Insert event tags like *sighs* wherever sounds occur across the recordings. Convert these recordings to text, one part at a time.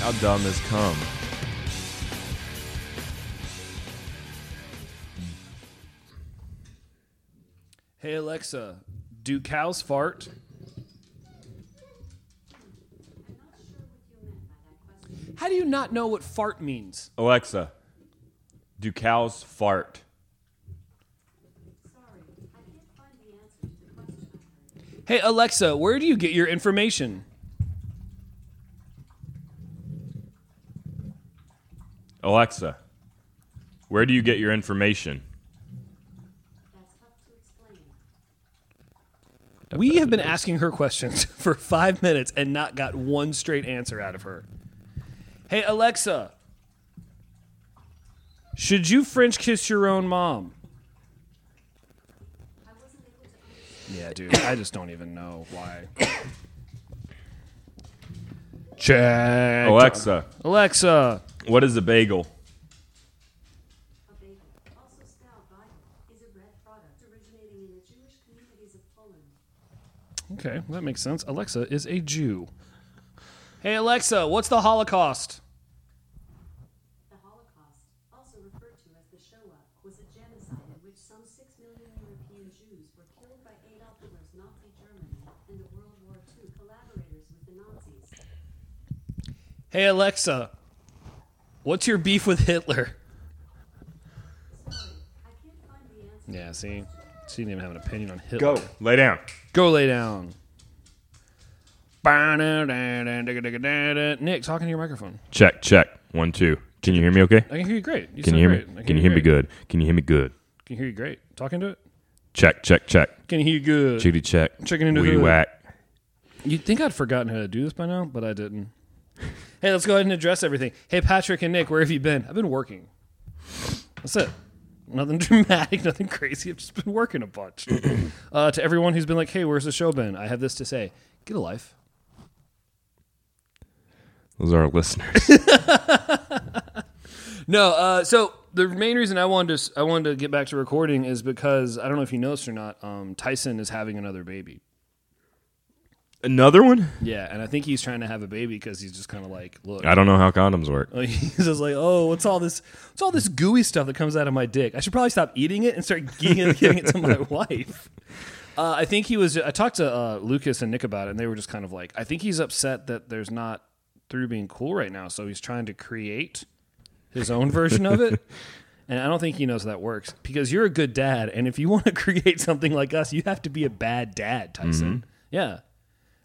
How dumb is cum? Hey Alexa, do cows fart? How do you not know what fart means? Alexa, do cows fart? Hey Alexa, where do you get your information? Alexa, where do you get your information? We have been asking her questions *laughs* for five minutes and not got one straight answer out of her. Hey Alexa, should you French kiss your own mom? Yeah, dude, I just don't even know why. Check. Alexa, Alexa, what is a bagel? A bagel, also spelled Bible, is a bread product originating in the Jewish communities of Poland. Okay, well, that makes sense. Alexa is a Jew. Hey, Alexa, what's the Holocaust? The Holocaust, also referred to as the Shoah, was a genocide in which some 6 million European Jews were killed by Adolf Hitler's Nazi Germany and the World War II collaborators with the Nazis. Hey, Alexa, what's your beef with Hitler? Sorry, I can't find the answer. Yeah, see? She didn't even have an opinion on Hitler. Go. Lay down. Go lay down. Nick, talking to your microphone. Check, check. One, two. Can you hear me okay? I can hear you great. You Can sound you hear great. I me? Can you hear me great. good? Can you hear me good? Can hear you great. Talking to it? Check, check, check. Can hear you good. Chitty check. Checking into Wee hood. whack. You'd think I'd forgotten how to do this by now, but I didn't. *laughs* Hey, let's go ahead and address everything. Hey, Patrick and Nick, where have you been? I've been working. That's it. Nothing *laughs* dramatic, nothing crazy. I've just been working a *coughs* bunch. uh, to everyone who's been like, hey, where's the show been? I have this to say get a life. Those are our listeners. No, uh, so the main reason I wanted to s- I wanted to get back to recording is because I don't know if you noticed or not. Um, Tyson is having another baby. Another one? Yeah, and I think he's trying to have a baby because he's just kind of like, look, I don't know how condoms work. Like, *laughs* He's just like, oh, what's all this? What's all this gooey stuff that comes out of my dick? I should probably stop eating it and start giving it, giving it to my wife. Uh, I think he was. I talked to uh, Lucas and Nick about it, and they were just kind of like, I think he's upset that there's not through being cool right now, so he's trying to create his own version of it. And I don't think he knows how that works because you're a good dad, and if you want to *laughs* create something like us, you have to be a bad dad, Tyson. Yeah,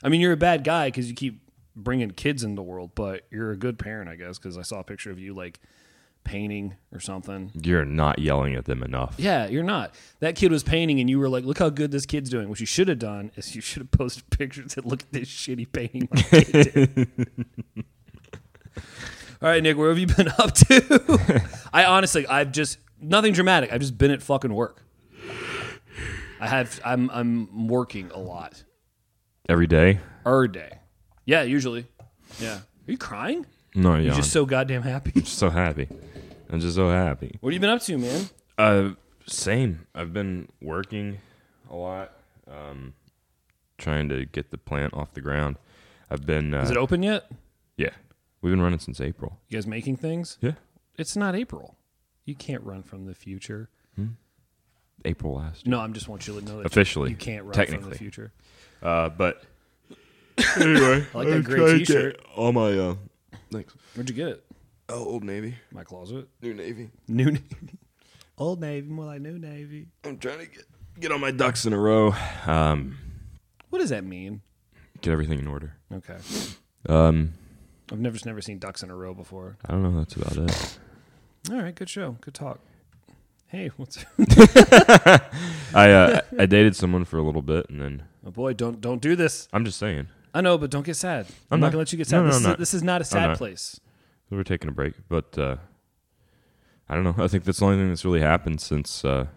I mean, you're a bad guy because you keep bringing kids into the world, but you're a good parent, I guess, because I saw a picture of you like painting or something. You're not yelling at them enough. Yeah, you're not. That kid was painting, and you were like, "Look how good this kid's doing." What you should have done is you should have posted *laughs* pictures that look at this shitty painting. My kid did. *laughs* All right, Nick, where have you been *laughs* up to? *laughs* I honestly, I've just nothing dramatic. I've just been at fucking work. I have. I'm. I'm working a lot. Every Er day? Our day. Yeah, usually. Yeah. Are you crying? No, yeah. You're just so goddamn happy. I'm so happy. I'm just so happy. *laughs* What have you been up to, man? Uh, same. I've been working a lot, um, trying to get the plant off the ground. I've been. Uh, Is it open yet? yeah, we've been running since April. You guys making things? Yeah, It's not April. You can't run from the future. April last. No, I'm just want you to know that you- Officially, you can't run from the technically. future. Uh, but anyway, I like that gray T-shirt. all my uh, thanks. Where'd you get it? Oh, old navy, My closet. new navy. New Navy. *laughs* Old Navy, more like New Navy. I'm trying to get get all my ducks in a row. Um, What does that mean? get everything in order. Okay, Um, I've never never seen ducks in a row before. I don't know. That's about *laughs* it. All right, good show, good talk. Hey, what's I uh, I dated someone for a little bit, and then oh boy? Don't don't do this. I'm just saying I know, but don't get sad. I'm, not, not- gonna let you get sad. No, no, this, I'm is, not. this is not a sad not. place. we're taking a break, but uh, I don't know. I think that's the only thing that's really happened since. Uh,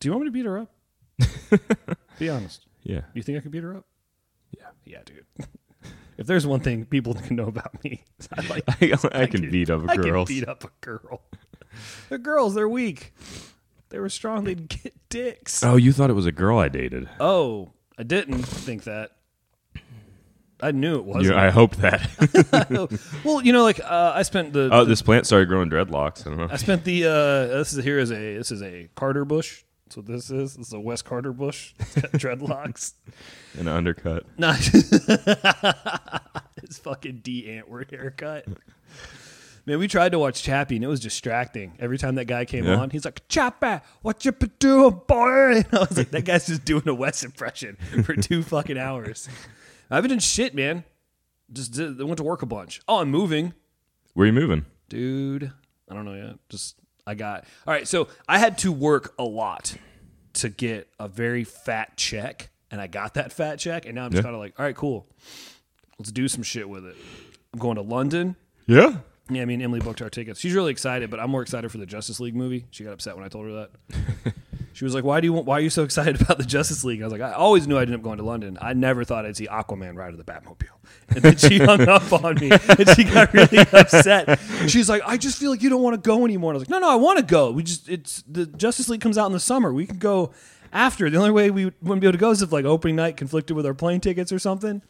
Do you want me to beat her up? *laughs* Be honest. yeah, *laughs* You think I could beat her up? Yeah. Yeah, dude. *laughs* if there's one thing people can know about me, it's I like I, I can beat up I girls. can beat up a girl. they're girls. They're weak. They were strong. They'd get dicks. Uh. Oh, you thought it was a girl I dated? Oh, I didn't think that. I knew it was. You- I hope that. well, you know, like uh, I spent the, *laughs* oh, the- this plant started growing dreadlocks. I don't know. I spent the uh, this is here is a this is a Carter bush. That's what this is. This is a West Carter bush. It's *laughs* got dreadlocks. An undercut. *laughs* No, it's fucking D Antwoord haircut. Man, we tried to watch Chappie and it was distracting. Every time that guy came Yeah. on, he's like, Chappie, what you been doing, boy? *laughs* And I was like, that guy's just doing a West impression for two fucking *laughs* hours. I haven't done shit, man. Just did, I went to work a bunch. Oh, I'm moving Where are you moving? dude. I don't know yet. Just I got all right. So I had to work a lot to get a very fat check, and I got that fat check, and now I'm just Yeah. kind of like, all right, cool. Let's do some shit with it. I'm going to London. Yeah. Yeah, I mean Emily booked our tickets. She's really excited, but I'm more excited for the Justice League movie. She got upset when I told her that. she was like, "Why do you want, why are you so excited about the Justice League?" And I was like, "I always knew I'd end up going to London. I never thought I'd see Aquaman ride of the Batmobile." And then she hung up on me, and she got really upset. She's like, "I just feel like you don't want to go anymore." And I was like, "No, no, I want to go. We just it's the Justice League comes out in the summer. We can go after. The only way we wouldn't be able to go is if like opening night conflicted with our plane tickets or something."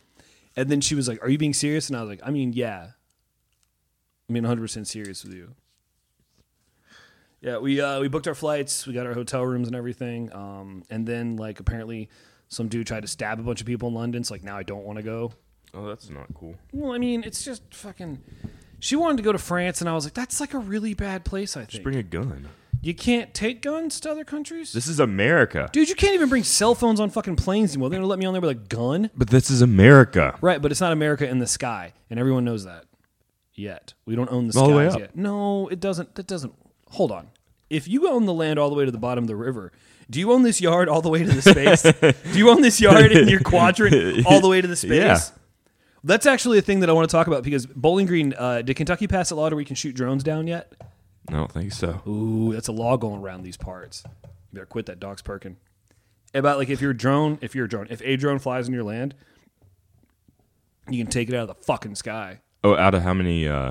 And then she was like, "Are you being serious?" And I was like, "I mean, yeah." I'm being 100 percent serious with you. Yeah, we uh, we booked our flights, we got our hotel rooms and everything, um, and then like apparently some dude tried to stab a bunch of people in London. So like now I don't want to go. Oh, that's not cool. Well, I mean it's just fucking. She wanted to go to France, and I was like, that's like a really bad place. I Just think bring a gun. you can't take guns to other countries. This is America. Dude, you can't even bring cell phones on fucking planes anymore. They're gonna let me on there with a gun, But this is America. right? But it's not America in the sky, and everyone knows that. Yet we don't own the All the way skies up. yet. No, it doesn't. That doesn't. Hold on. If you own the land all the way to the bottom of the river, do you own this yard all the way to the space? do you own this yard in your quadrant all the way to the space? *laughs* Yeah. That's actually a thing that I want to talk about because Bowling Green. Uh, did Kentucky pass a law to where you can shoot drones down yet? I don't think so. Ooh, that's a law going around these parts. You better quit that dog's perking. About like if your drone, if your drone, if a drone flies in your land, you can take it out of the fucking sky. Oh, out of how many? uh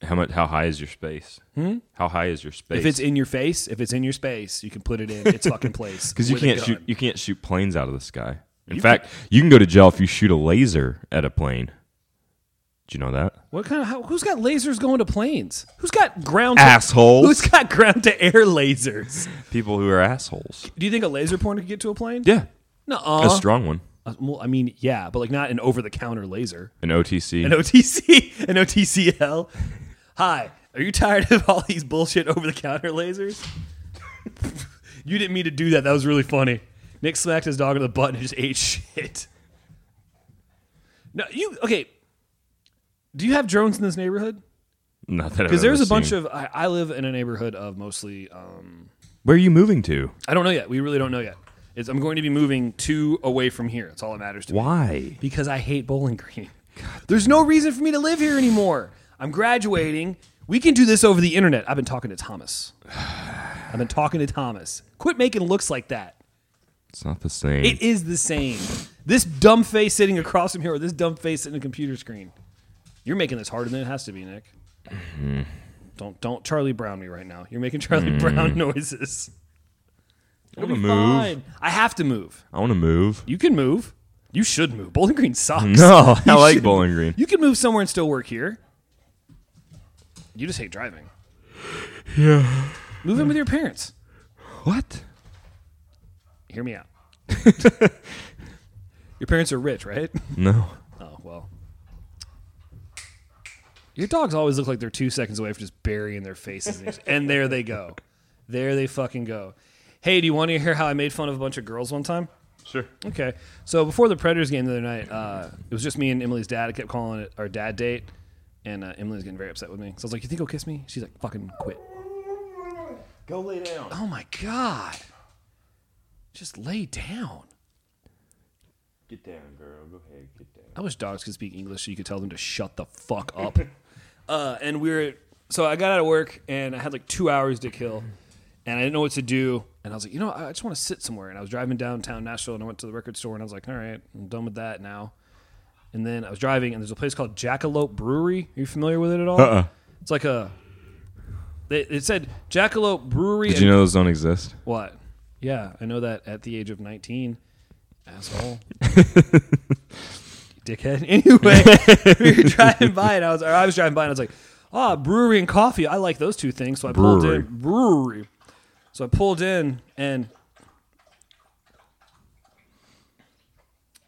How much? How high is your space? Hmm? How high is your space? If it's in your face, if it's in your space, you can put it in *laughs* its fucking place. because you with a can't gun. shoot. You can't shoot planes out of the sky. In fact, you can go to jail if you shoot a laser at a plane. Do you know that? What kind of? How, who's got lasers going to planes? Who's got ground? Assholes. Who's got ground to air lasers? People who are assholes. Do you think a laser pointer could get to a plane? Yeah, Uh-huh. No. a strong one. well, I mean, yeah, but like not an over-the-counter laser. An OTC. an OTC, *laughs* an OTCL. Hi, are you tired of all these bullshit over the counter lasers? *laughs* you didn't mean to do that. That was really funny. Nick smacked his dog on the butt and just *laughs* ate shit. No, you okay? Do you have drones in this neighborhood? Not that I've Because there's ever a bunch seen. of. I, I live in a neighborhood of mostly. Um, Where are you moving to? I don't know yet. We really don't know yet. It's, I'm going to be moving two away from here. That's all that matters to me Why? because I hate Bowling Green. *laughs* There's no reason for me to live here anymore. I'm graduating. We can do this over the internet. I've been talking to Thomas. *sighs* I've been talking to Thomas. Quit making looks like that. It's not the same. It is the same. This dumb face sitting across from here, or this dumb face sitting at a computer screen. You're making this harder than it has to be, Nick. Mm-hmm. Don't don't Charlie Brown me right now. You're making Charlie Brown *laughs* noises. I want to It'll be Mm. move. fine. I have to move. I want to move. You can move. You should move. Bowling Green *laughs* sucks. No, I *laughs* You like should- Bowling Green. You can move somewhere and still work here. You just hate driving. Yeah. Move in with your parents. What? Hear me out. *laughs* your parents are rich, right? No. Oh well. Your dogs always look like they're two seconds away from just burying their faces, in it. and there they go. There they fucking go. Hey, do you want to hear how I made fun of a bunch of girls one time? Sure. Okay. So before the Predators game the other night, uh, it was just me and Emily's dad. I kept calling it our dad date, and uh, Emily was getting very upset with me. So I was like, "You think he'll kiss me?" She's like, "Fucking quit." Go lay down. Oh my god! Just lay down. Get down, girl. Go ahead. Get down. I wish dogs could speak English so you could tell them to shut the fuck up. *laughs* uh, and we were so I got out of work and I had like two hours to kill, and I didn't know what to do. And I was like, you know, I I just want to sit somewhere. And I was driving downtown Nashville and I went to the record store and I was like, all right, I'm done with that now. And then I was driving and there's a place called Jackalope Brewery. Are you familiar with it at all? Uh-uh. It's like a. It, it said Jackalope Brewery. Did and- you know those don't exist? what? Yeah, I know that at the age of 19, asshole. dickhead. *laughs* Anyway, *laughs* we were driving by, and I was, or I was driving by, and I was like, ah, brewery and coffee. I like those two things. So I pulled Brewery. in brewery. So I pulled in, and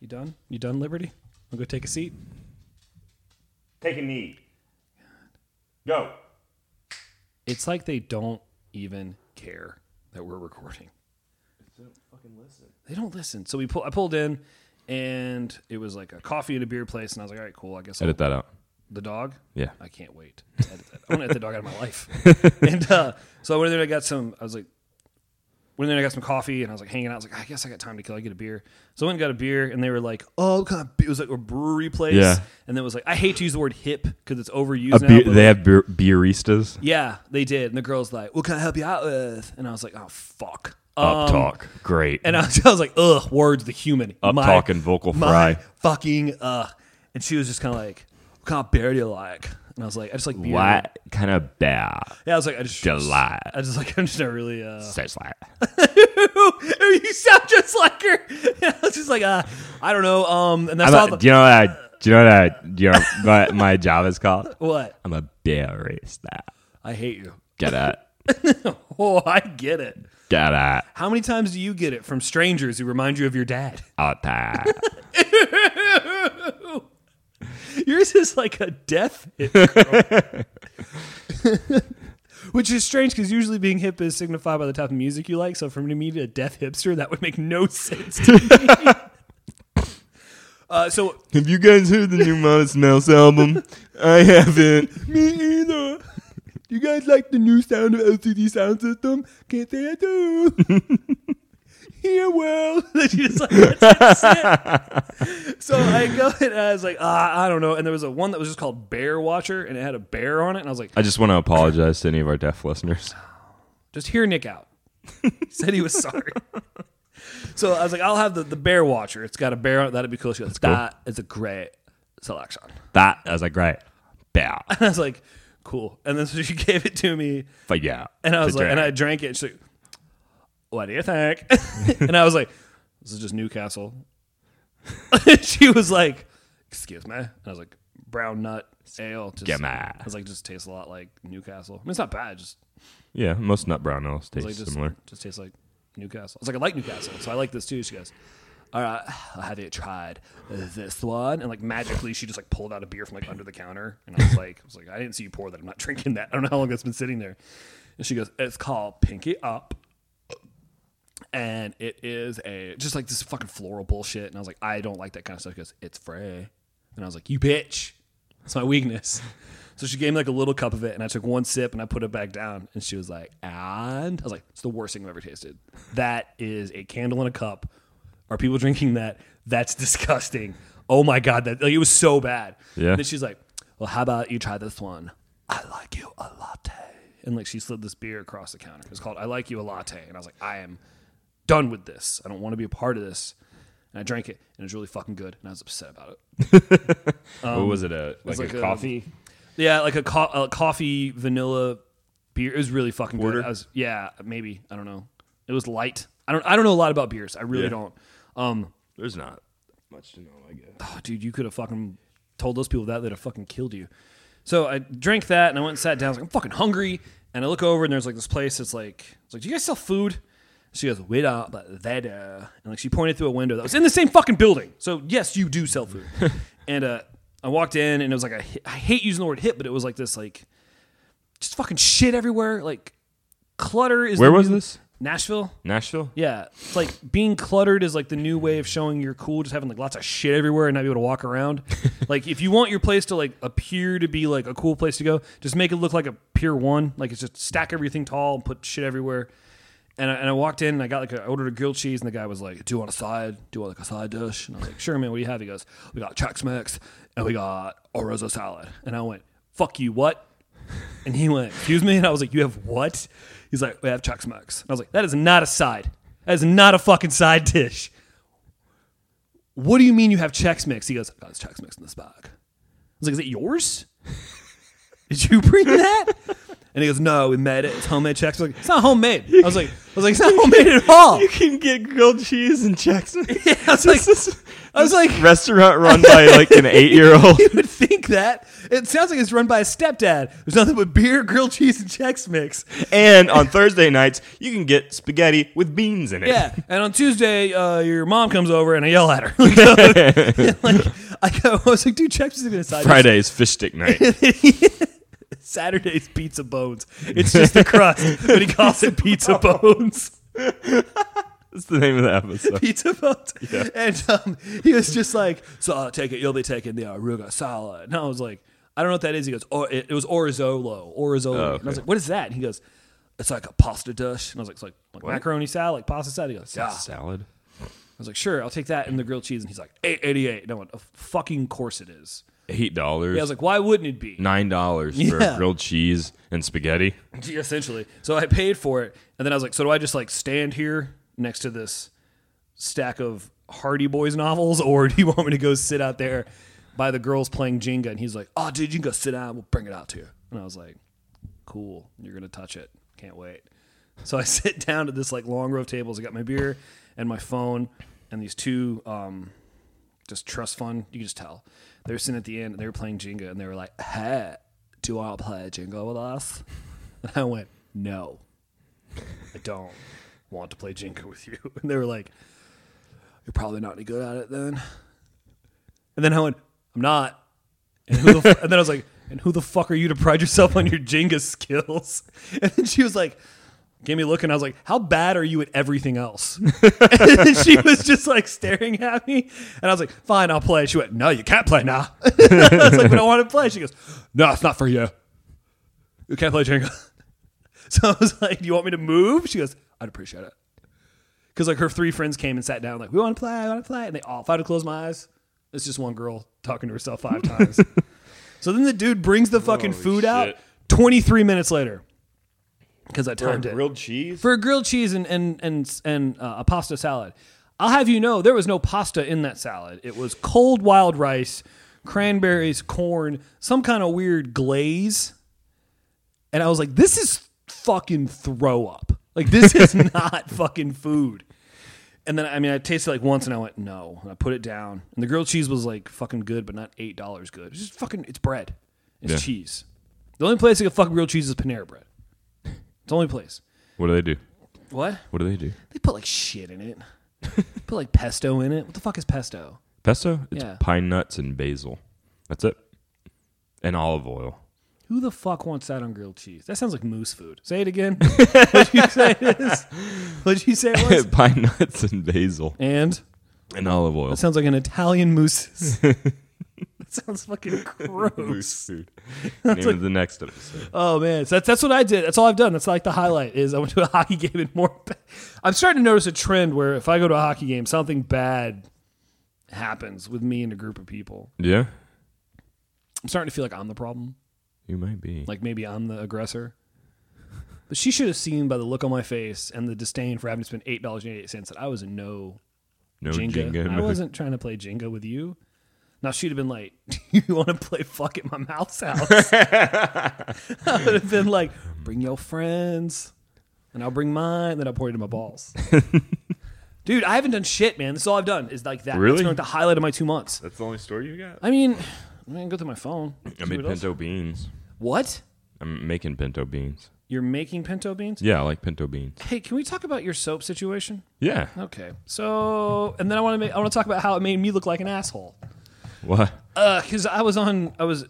you done? You done, Liberty? I'll go take a seat. Take a knee. Go. It's like they don't even care that we're recording. They don't listen. So we pull. I pulled in, and it was like a coffee and a beer place, and I was like, all right, cool. I guess I'll Edit that out. the dog. Yeah. I can't wait. to edit that. I want to edit the dog out of my life. *laughs* and uh, so I went in there. and I got some. I was like, went in there. and I got some coffee, and I was like hanging out. I was like, I guess I got time to kill. I get a beer. So I went and got a beer, and they were like, Oh, what kind of beer? it was like a brewery place. Yeah. And then it was like, I hate to use the word hip because it's A overused now. beer, but they have beer, beeristas. yeah, they did. And the girl's like, What can I help you out with? And I was like, Oh fuck. Up Um, talk. Great. and I was, *laughs* I was like, ugh, words, the human. Up my, talk and vocal my fry. fucking, ugh. And she was just kind of like, what kind of beer do you like? And I was like, I just like beer. what kind of bear? Yeah, I was like, I just. Delight. I just like, *laughs* I'm just not really, uh. Says *laughs* like. you sound just like her. *laughs* I was just like, uh, I don't know. Um, and that's I'm all. a, the, do you know what? I, do you know what? I, do *laughs* you know what my job is called? what? I'm a beerista. I hate you. *laughs* Get it? Oh, I get it. Get it? How many times do you get it from strangers who remind you of your dad? Out there. Yours is like a death hip, girl. which is strange because usually being hip is signified by the type of music you like. So for me to be a death hipster, that would make no sense to me. uh, so *laughs* Have you guys heard the new Modest Mouse album? I haven't. *laughs* me either. You guys like the new sound of LCD sound system? Can't say *laughs* I do. Here, well, she's like, "That's it." so I go and I was like, ah, I don't know. And there was a one that was just called Bear Watcher, and it had a bear on it, and I was like, I just want to apologize to any of our deaf listeners. just hear Nick out. He said he was sorry. so I was like, I'll have the, the bear watcher. It's got a bear on it. That'd be cool. She goes, cool. "That is a great selection. *laughs* That I was like, right, bear, And I was like, cool. And then *laughs* so she gave it to me. but yeah. *laughs* And I was today. like, and I drank it. And she's like, what do you think? *laughs* and I was like, this is just Newcastle. *laughs* she was like, excuse me. And I was like, brown nut ale. Just, Gimme. I was like, just tastes a lot like Newcastle. I mean, it's not bad. Just yeah, most nut brown ales taste like just, similar. Just tastes like Newcastle. I was like, I like Newcastle, so I like this too. She goes, all right, have you tried this one? And like magically, she just like pulled out a beer from like under the counter, and I was like, I was like, I didn't see you pour that. I'm not *laughs* drinking that. I don't know how long that's been sitting there. And she goes, it's called Pinky Up. And it is a just like this fucking floral bullshit. And I was like, I don't like that kind of stuff because it's free. And I was like, you bitch. It's my weakness. *laughs* So she gave me like a little cup of it, and I took one sip and I put it back down. And she was like, and I was like, it's the worst thing I've ever tasted. That is a candle in a cup. Are people drinking that? That's *laughs* disgusting. Oh my god, that like, it was so bad. Yeah. Then she's like, well, how about you try this one? I like you a latte. And like she slid this beer across the counter. It's called I like you a latte. And I was like, I am done with this. I don't want to be a part of this. And I drank it, and it was really fucking good. And I was upset about it. what was it? A like, um, It's a, coffee? Yeah, like a, co- a coffee vanilla beer. It was really fucking Porter? good. I was, yeah, maybe I don't know. It was light. I don't. I don't know a lot about beers. I really Yeah. don't. Um, There's not much to know. I guess. oh, dude, you could have fucking told those people that they'd have fucking killed you. So I drank that and I went and sat down. I was like, I'm fucking hungry. And I look over and there's like this place. It's like, it's like, do you guys sell food? She goes, we don't, but they do. And like she pointed through a window that was in the same fucking building. So yes, you do *laughs* sell food. and uh, I walked in and it was like a hi- I hate using the word hit, but it was like this like just fucking shit everywhere. Like clutter is Where the was new- this? Nashville. Nashville. Yeah, it's like being cluttered is like the new way of showing you're cool. Just having like lots of shit everywhere and not be able to walk around. like if you want your place to like appear to be like a cool place to go, just make it look like a Pier One. Like it's just stack everything tall and put shit everywhere. And I, and I walked in and I got like a, I ordered a grilled cheese and the guy was like, "Do you want a side? Do you want like a side dish?" And I was like, "Sure, man. What do you have?" He goes, "We got Chex Mix and we got Orzo salad." And I went, "Fuck you, what?" And he went, "Excuse me," and I was like, "You have what?" He's like, "We have Chex Mix." And I was like, "That is not a side. That is not a fucking side dish." What do you mean you have Chex Mix? He goes, "I got this *laughs* Chex Mix in this bag." I was like, "Is it yours? Did you bring that?" And he goes, "No, we made it. It's homemade checks." I was like, "It's not homemade." I was like, "I was like, it's not homemade at all." You can get grilled cheese in Jackson. *laughs* Yeah, I was like, I was like, Restaurant run by like an eight year old. *laughs* you would think that. It sounds like it's run by a stepdad. There's nothing but beer, grilled cheese, and Chex Mix. And on Thursday nights, you can get spaghetti with beans in it. *laughs* Yeah, and on Tuesday, uh, your mom comes over and I *laughs* yell at her. *laughs* like, I, go, I was like, dude, Chex is gonna side dish. Friday is fish stick *laughs* night. Saturday's pizza bones. It's just *laughs* the crust, but he calls it pizza bones. That's the name of the episode. Pizza bones. And um, he was just like, so I'll take it. You'll be taking the arugula salad. And I was like, I don't know what that is. He goes, oh, it, it was orizolo, orizolo. And I was Oh, okay. like, what is that? And he goes, it's like a pasta dish. And I was like, it's like, like macaroni salad, like pasta salad. He goes, yeah. I Salad. was like, sure, I'll take that and the grilled cheese. And he's like, eight eighty eight. No, what a fucking course it is. Eight dollars. Yeah, I was like, why wouldn't it be? Nine dollars Yeah. for grilled cheese and spaghetti. *laughs* essentially. So I paid for it, and then I was like, so do I just like stand here next to this stack of Hardy Boys novels, or do you want me to go sit out there by the girls playing Jenga? And he's like, oh, dude, you can go sit down. We'll bring it out to you. And I was like, cool. You're gonna touch it. Can't wait. So I *laughs* sit down at this like long row of tables. I got my beer and my phone and these two um, just trust fund. You can just tell they were sitting at the end and they were playing Jenga and they were like, "Hey, do you want to play Jenga with us?" *laughs* And I went, "No, I don't want to play Jenga with you." *laughs* And they were like, "You're probably not any good at it then." And then I went, "I'm not." And, who the f-? *laughs* and then I was like, "And who the fuck are you to pride yourself on your Jenga skills?" *laughs* And then she was like. Gave me a look and I was like, How bad are you at *laughs* everything else? and then she was just like staring at me. And I was like, Fine, I'll play. She went, No, you can't play now. *laughs* I was like, But I want to play. She goes, No, it's not for you. You can't play Jenga. *laughs* So I was like, Do you want me to move? She goes, I'd appreciate it. Because like her three friends came and sat down, like, We want to play, I want to play. And they all, if I had to close my eyes, it's just one girl talking to herself *laughs* five times. so then the dude brings the fucking Holy food out shit. 23 minutes later. Because I timed it cheese. for grilled cheese and and and and uh, a pasta salad. I'll have you know there was no pasta in that salad. It was cold wild rice, cranberries, corn, some kind of weird glaze. And I was like, this is fucking throw up. Like this is not fucking food. And then I mean I tasted like once and I went, no. And I put it down. And the grilled cheese was like fucking good, but not eight dollars good. It's just fucking it's bread. It's Yeah. cheese. The only place you can fuck grilled cheese is Panera Bread. It's the only place. What do they do? What? What do they do? They put like shit in it. put like pesto in it. What the fuck is pesto? Pesto? It's Yeah. pine nuts and basil. That's it. And olive oil. Who the fuck wants that on grilled cheese? That sounds like moose food. Say it again. What'd you say it is? What'd you say *laughs* it was? pine nuts and basil. and And olive oil. that sounds like an Italian moose. *laughs* that sounds fucking gross. Moose food. Name of the next episode. Oh man, so that's that's what I did. That's all I've done. That's like the highlight is I went to a *laughs* hockey game and more. ba- I'm starting to notice a trend where if I go to a hockey game, something bad happens with me and a group of people. Yeah? I'm starting to feel like I'm the problem. You might be. like maybe I'm the aggressor. But she should have seen by the look on my face and the disdain for having to spend eight dollars and eighty eight cents that I was in no, no Jenga. Jenga. I no- wasn't trying to play Jenga with you. Now she'd have been like, *laughs* "Do you want to play fuck at my mouth's house?" *laughs* I would have been like, "Bring your friends, and I'll bring mine." Then I'll pour it into *laughs* my balls. Dude, I haven't done shit, man. This is all I've done is like that. That's Really? been, like the highlight of my two months. That's the only story you got? I mean, I mean, go through my phone. I See made what else- pinto beans. What? I'm making pinto beans. You're making pinto beans? Yeah, I like pinto beans. Hey, can we talk about your soap situation? Yeah. Okay. So, and then I want to make, I want to talk about how it made me look like an asshole. What? Uh, cuz I was on I was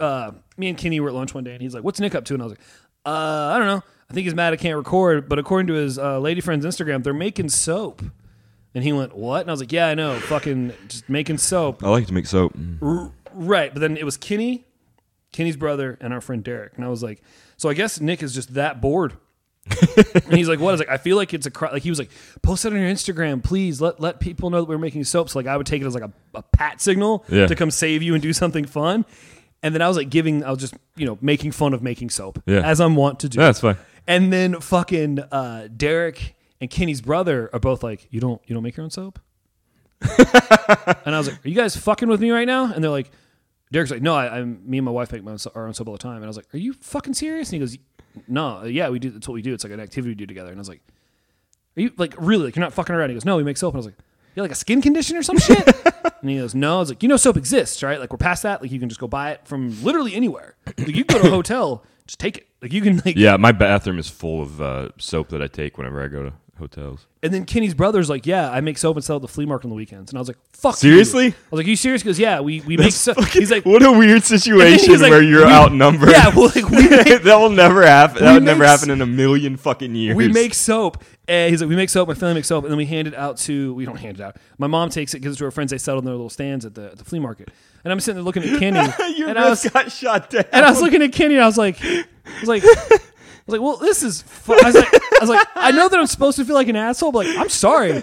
uh me and Kenny were at lunch one day and he's like, "What's Nick up to?" and I was like, "Uh, I don't know. I think he's mad I can't record, but according to his uh, lady friend's Instagram, they're making soap." And he went, "What?" And I was like, "Yeah, I know. Fucking just making soap." I like to make soap. R- right. But then it was Kenny, Kenny's brother, and our friend Derek. And I was like, so I guess Nick is just *laughs* that bored. and he's like, what? I was like, I feel like it's a cry. Like he was like, post it on your Instagram, please. Let let people know that we're making soaps. Like I would take it as like a, a pat signal Yeah. to come save you and do something fun. And then I was like giving, I was just you know making fun of making soap Yeah. as I'm wont to do. Yeah, that's fine. And then fucking uh, Derek and Kenny's brother are both like, "You don't, you don't make your own soap." and I was like, "Are you guys fucking with me right now?" And they're like, "Derek's like, no, I, I'm me and my wife make my own, so- our own soap all the time." And I was like, "Are you fucking serious?" And he goes, no, yeah, we do. That's what we do. It's like an activity we do together. And I was like, are you like really like you're not fucking around? He goes, no, we make soap. And I was like, you like a skin condition or some shit? and he goes, no. I was like, you know, soap exists, right? Like we're past that. Like you can just go buy it from literally anywhere. Like you go to a hotel, just take it. Like you can like. Yeah, my bathroom is full of uh, soap that I take whenever I go to hotels. And then Kenny's brother's like, yeah, I make soap and sell it at the flea market on the weekends. And I was like, fuck. you. Seriously? I was like, you serious? He goes, yeah, we we make soap. He's like. What a weird situation *laughs* He's like, where you're we- outnumbered. Yeah, well, like *laughs* we make that will never happen. We That would never make s- happen in a million fucking years. we make soap. And he's like, we make soap. My family makes soap, and then we hand it out to. We don't hand it out. My mom takes it, gives it to her friends. They sell it on their little stands at the, at the flea market. And I'm sitting there looking at Kenny, *laughs* Your and I wrist was got shot down. and I was looking at Kenny, and I was like, I was like, I was like, well, this is. Fu-. I was like, I was like, I know that I'm supposed to feel like an asshole, but like, I'm sorry.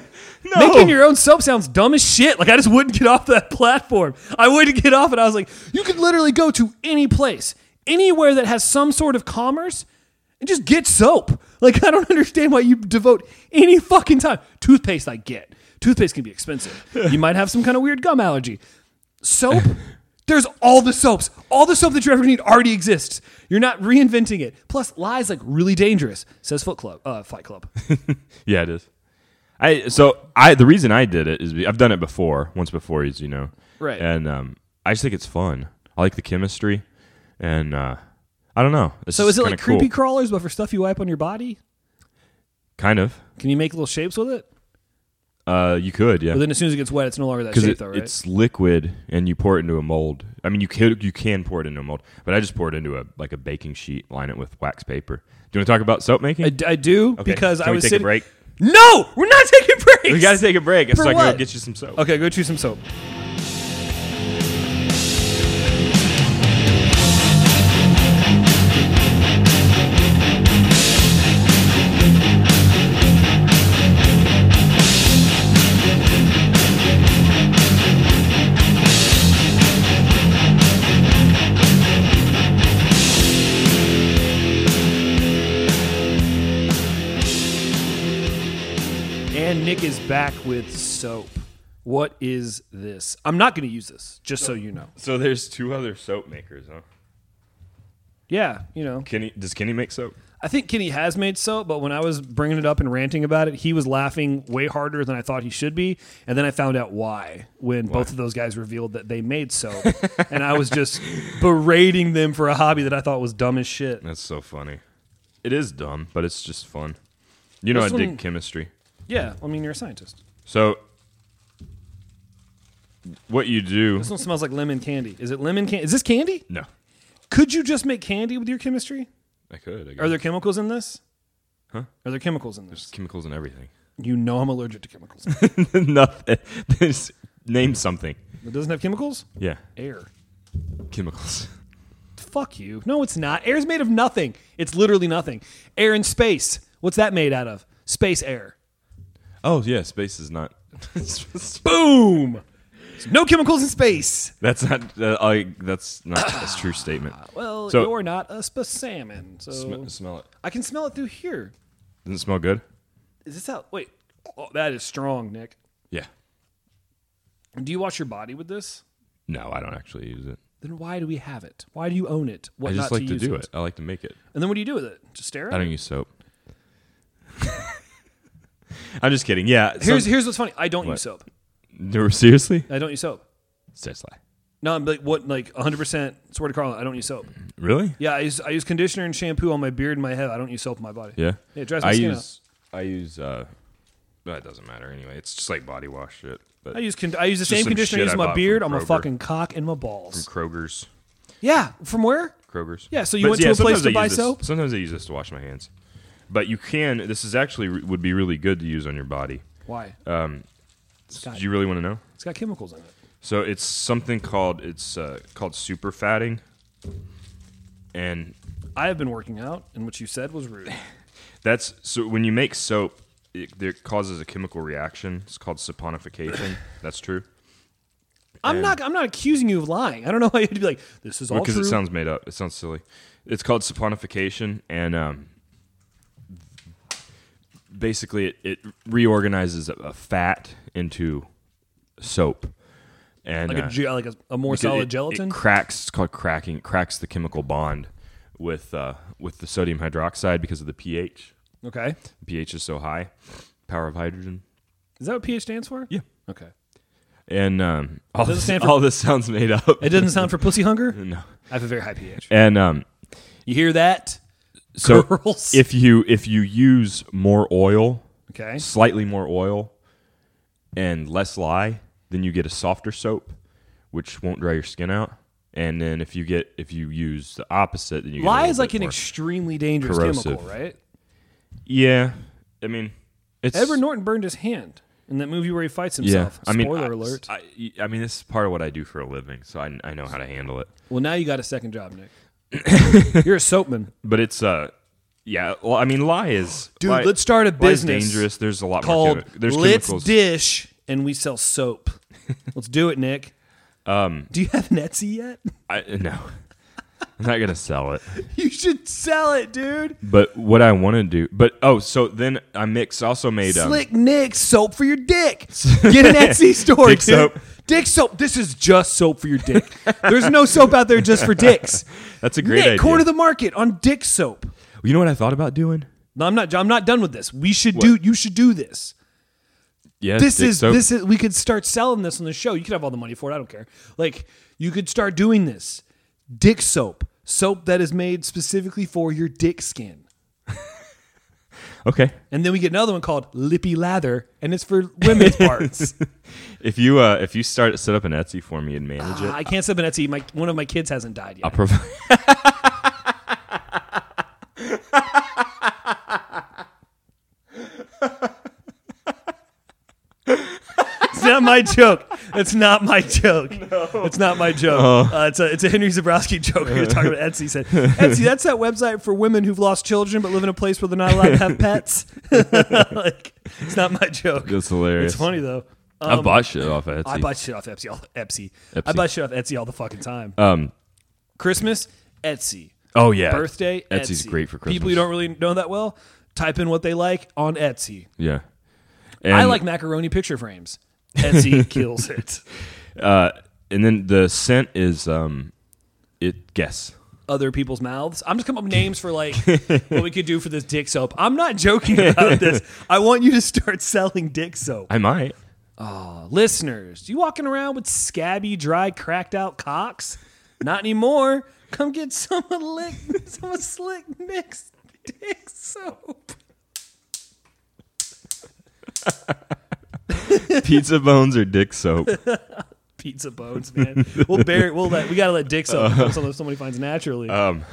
Making your own soap sounds dumb as shit. Like I just wouldn't get off that platform. I wouldn't get off, and I was like, you could literally go to any place, anywhere that has some sort of commerce, and just get soap. Like I don't understand why you devote any fucking time. Toothpaste, I get. Toothpaste can be expensive. You might have some kind of weird gum allergy soap. There's all the soaps. All the soap that you're ever gonna need already exists. You're not reinventing it. Plus, lies like really dangerous. Says Foot Club, uh, Fight Club. Yeah, it is. I so I the reason I did it is be- I've done it before, once before, as you know. Right. And um, I just think it's fun. I like the chemistry, and uh, I don't know. It's So just is it like kinda cool. creepy crawlers, but for stuff you wipe on your body? Kind of. Can you make little shapes with it? Uh, you could, yeah. But then as soon as it gets wet, it's no longer that because shape, it, though, right? it's liquid and you pour it into a mold. I mean, you can you can pour it into a mold, but I just pour it into a like a baking sheet, line it with wax paper. Do you want to talk about soap making? I, I do because Can I we was take a sitting- *laughs* break? No, we're not *laughs* taking breaks. we got to take a break For so I can what? go get you some soap. Okay, go choose some soap. And Nick is back with soap. What is this? I'm not going to use this, just so you know. So there's two other soap makers, huh? Yeah, you know. Kenny does Kenny make soap? I think Kenny has made soap, but when I was bringing it up and ranting about it, he was laughing way harder than I thought he should be. And then I found out why when both of those guys revealed that they made soap. *laughs* and I was just berating them for a hobby that I thought was dumb as shit. That's so funny. It is dumb, but it's just fun. You know, This I dig one- chemistry. Yeah, I mean, you're a scientist. So what you do? This one smells like lemon candy. Is it lemon candy? Is this candy? No, Could you just make candy with your chemistry? I could. I guess. Are there chemicals in this? Huh? Are there chemicals in this? chemicals and *laughs* everything? You know I'm allergic to chemicals. *laughs* Nothing. *laughs* Just Name something. it doesn't have chemicals? Yeah. Air. chemicals. Fuck you. No, it's not. Air's made of nothing. It's literally nothing. Air and space. What's that made out of? Space air. Oh yeah, space is not. *laughs* Boom. There's no chemicals in space. that's not. Uh, I, that's not a *coughs* true statement. Well, So- you're not a sp- salmon, so Sm- smell it. I can smell it through here. Doesn't it smell good. Is this out? Wait, oh, that is strong, Nick. Yeah. Do you wash your body with this? No, I don't actually use it. Then why do we have it? Why do you own it? What I just not like to, use do it. I like to make it. And then what do you do with it? Just stare I at it. don't use soap. *laughs* I'm just kidding. Yeah. Here's some- here's what's funny. I don't use soap. No, seriously. I don't use soap. Say it's lie. No, I'm like what like 100% swear to Carl, I don't use soap. Really? Yeah, I use I use conditioner and shampoo on my beard and my head. I don't use soap on my body. Yeah. Yeah, it dries my I skin use. I use. uh That doesn't matter anyway. It's just like body wash shit. But I use con- I use the Just same some conditioner I shit use I on my bought beard, on from my Kroger. fucking cock, and my balls. Kroger's. yeah, from where? Kroger's. Yeah, so you went to a place sometimes to I buy use this- soap? Sometimes I use this to wash my hands, but you can. This is actually re- would be really good to use on your body. Why? Uh. Do got- you really want to know? it's got chemicals in it. So it's something called it's uh, called super fatting, and I have been working out, and what you said was *laughs* rude. that's so when you make soap, it, it causes a chemical reaction. It's called saponification. *clears throat* that's true I'm not I'm not accusing you of lying. I don't know *laughs* why you'd be like this is all because true. it sounds made up. It sounds silly. It's called saponification, and um, basically it, it reorganizes a, a fat into soap, and like uh, a ge- like a, a more because solid it- gelatin. It cracks. It's called cracking. It cracks the chemical bond with uh, with the sodium hydroxide because of the pH. Okay. The pH is so high. Power of hydrogen. Is that what pH stands for? Yeah. Okay. And um, all, Doesn't this, stand for- all this sounds made up. It doesn't sound for pussy hunger? *laughs* No. I have a very high pH. And um, You hear that? so Girls. if you if you use more oil, Okay. slightly more oil, and less lye, then you get a softer soap, which won't dry your skin out. And then if you get if you use the opposite, then you get a Lye little is like bit an more. extremely dangerous corrosive. chemical, right? yeah. I mean, it's Edward Norton burned his hand in that movie where he fights Yeah, himself. I mean, Spoiler I- alert. I, I mean, this is part of what I do for a living, so I, I know how to handle it. well, now you got a second *laughs* job, Nick. You're a soapman. But it's uh, yeah. Well, I mean, lie is Dude, lie- let's start a lie is business dangerous. There's a lot called more. chemi- there's Let's chemicals. Dish, and we *laughs* sell soap. Let's do it, Nick. Um, do you have an Etsy yet? *laughs* I, no, *laughs* I'm not gonna sell it. you should sell it, dude. But what I want to do, but oh, so then I mix also made um, Slick Nick soap for *laughs* your dick. Get an Etsy store, Dick dude. soap. Dick soap. This is just soap for your dick. There's no soap out there just for dicks. *laughs* That's a great Nick, idea. corner the market on dick soap. you know what I thought about doing? No, I'm not. I'm not done with this. We should do. You should do this. Yeah, This dick is soap. this is. We could start selling this on the show. You could have all the money for it. I don't care. Like you could start doing this. Dick soap, soap that is made specifically for your dick skin. okay. And then we get another one called Lippy Lather, and it's for women's parts. If you uh, if you start set up an Etsy for me and manage Ah, it, I can't sub an Etsy. My one of my kids hasn't died I'll yet. provide. *laughs* It's not my joke. It's not my joke. It's not my joke. Oh. Uh, it's a it's a Henry Zabrowski joke. He was talking about Etsy. He Said Etsy, that's that website for women who've lost children but live in a place where they're not allowed to have pets. *laughs* like, it's not my joke. That's hilarious. It's funny though. Um, I bought shit off Etsy. I buy shit off Etsy. All, Etsy. I Etsy. buy shit off Etsy all the fucking time. um. Christmas, Etsy. Oh yeah. Birthday, Etsy's Etsy. great for People Christmas. you don't really know that well, type in what they like on Etsy. Yeah. And, I like macaroni picture frames. *laughs* Etsy kills it. Uh, and then the scent is um, it guess. Other people's mouths. I'm just coming up with names for like what we could do for this dick soap. I'm not joking about this. I want you to start selling dick soap. Uh, I *laughs* might. Listeners, you walking around with scabby, dry, cracked out cocks? Not anymore. Come get someone lick, someone slick Nick's dick soap. Pizza bones or dick soap. Pizza bones, man. We'll bury. We'll let. We gotta let dick soap become something somebody finds naturally. Um,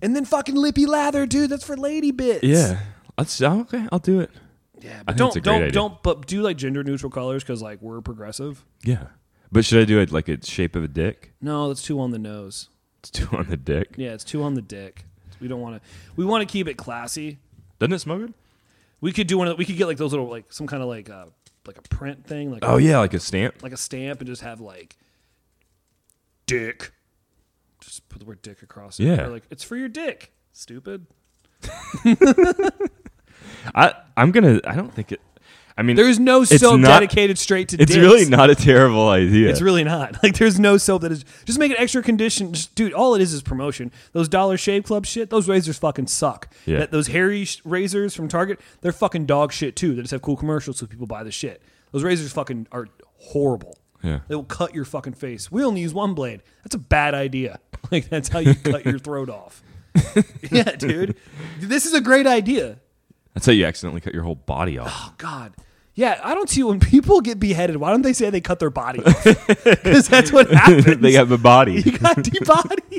and then fucking lippy lather, dude. That's for lady bits. yeah. Let's. oh, Okay, I'll do it. Yeah, but think don't it's a great don't idea. don't but do like gender neutral colors because like we're progressive. Yeah. But should I do it like a shape of a dick? No, that's two on the nose. It's two on the dick. Yeah, it's two on the dick. We don't want to. We want to keep it classy. Doesn't it smell good? We could do one. of the- We could get like those little like some kind of like uh like a print thing like Oh yeah, like a stamp. like a stamp and just have like dick. Just put the word dick across it. Yeah. Or, like it's for your dick. Stupid. I I'm gonna. I don't think it. I mean, There is no It's soap not- dedicated straight to. It's dicks. really not a terrible idea. It's really not. *laughs* Like there's no soap that is just make an extra condition. Just, dude, all it is is promotion. Those Dollar Shave Club shit, those razors fucking suck. Yeah. That, those hairy sh- razors from Target, they're fucking dog shit too. They just have cool commercials so people buy the shit. Those razors fucking are horrible. Yeah. They will cut your fucking face. We only use one blade. That's a bad idea. *laughs* Like that's *laughs* how you cut your throat off. *laughs* yeah, dude. This is a great idea. That's how you accidentally cut your whole body off. *laughs* Oh God. Yeah, I don't see when people get beheaded. Why don't they say they cut their body off? *laughs* Because that's what happens. *laughs* they got *laughs* *laughs* He bodied. got debodied.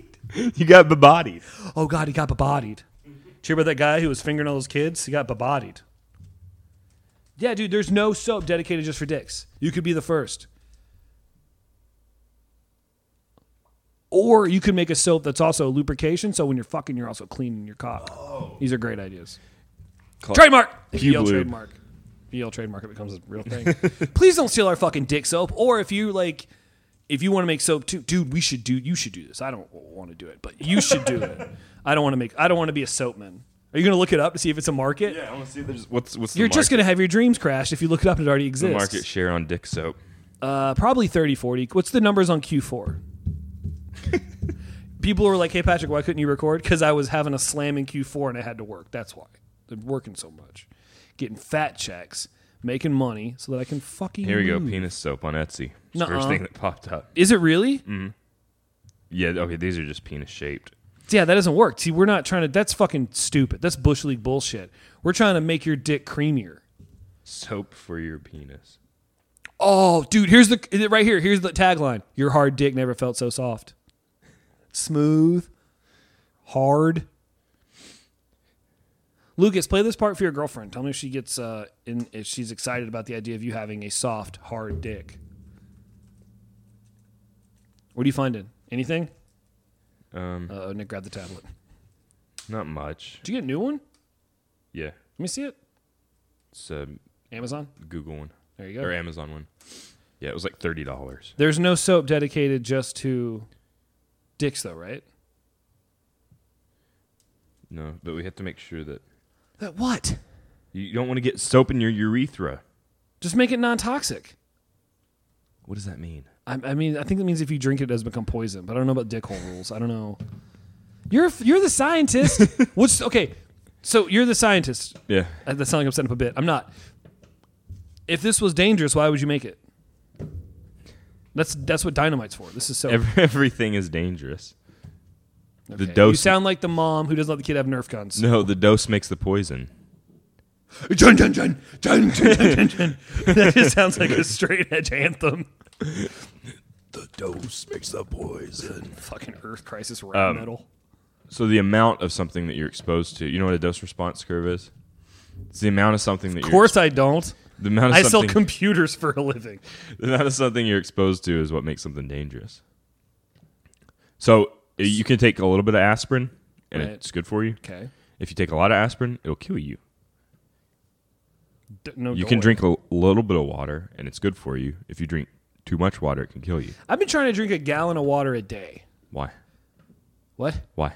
you got bodied. *laughs* oh God, he got bodied. Did you hear about that guy who was fingering all those kids? He got bodied. Yeah, dude. There's no soap dedicated just for dicks. You could be the first. Or you could make a soap that's also lubrication, so when you're fucking, you're also cleaning your cock. These are great ideas. trademark. Oh. If you yell Pubelube. trademark. If you yell trademark, it becomes a real thing. *laughs* Please don't steal our fucking dick soap. Or if you like, if you want to make soap too, dude, we should do. You should do this. I don't want to do it, but you should *laughs* do it. I don't want to make. I don't want to be a soapman. Are you gonna look it up to see if it's a market? Yeah, I want to see there's what's what's You're the just market, gonna have your dreams crashed if you look it up and it already the exists. market share on dick soap. *laughs* Uh, probably 30, 40. What's the numbers on Q4? people were like, "Hey Patrick, why couldn't you record?" Because I was having a slam in Q4 and I had to work. That's why. I'm working so much, getting fat checks, making money, so that I can fucking. Here we go. move. Penis soap on Etsy. It's the Nuh-uh. First thing that popped up. Is it really? Yeah. Okay. These are just penis shaped. Yeah, that doesn't work. See, we're not trying to. That's fucking stupid. That's bush league bullshit. We're trying to make your dick creamier. Soap for your penis. Oh, dude, here's the right here. Here's the tagline: Your hard dick never felt so soft, smooth, hard. Lucas, play this part for your girlfriend. Tell me if she gets uh, in, if she's excited about the idea of you having a soft, hard dick. What are you finding? Anything? Um, Uh, Nick, grab the tablet. not much. Did you get a new one? Yeah. Let me see it. It's a Amazon. Google one There you go. or Amazon one. Yeah, it was like thirty dollars. There's no soap dedicated just to dicks, though, right? No, but we have to make sure that That what? you don't want to get soap in your urethra. Just make it non-toxic. What does that mean? I, I mean, I think that means if you drink it, it doesn't become poison. But I don't know about dick hole rules. I don't know. You're you're the scientist. What's okay? So you're the scientist. Yeah. *laughs* Uh, That sounds like I'm setting up a bit. I'm not. If this was dangerous, why would you make it? That's that's what dynamite's for. This is so. Ev- everything is dangerous. The okay. You dose. sound like the mom who doesn't let the kid have Nerf guns. no, the dose makes the poison. Dun, dun, dun, dun, dun, dun, dun, dun. *laughs* that just sounds like a straight edge anthem. The dose makes the poison. Fucking Earth Crisis rap metal. So the amount of something that you're exposed to, you know what a dose response curve is? It's the amount of something that you're Of course, I don't. the amount I of sell something computers for a living. the amount of something you're exposed to is what makes something dangerous. So uh, you can take a little bit of aspirin and Right. it's good for you. Okay. If you take a lot of aspirin, it'll kill you. D- no, You don't can worry. drink a little bit of water and it's good for you. If you drink too much water, it can kill you. I've been trying to drink a gallon of water a day. Why? What? Why?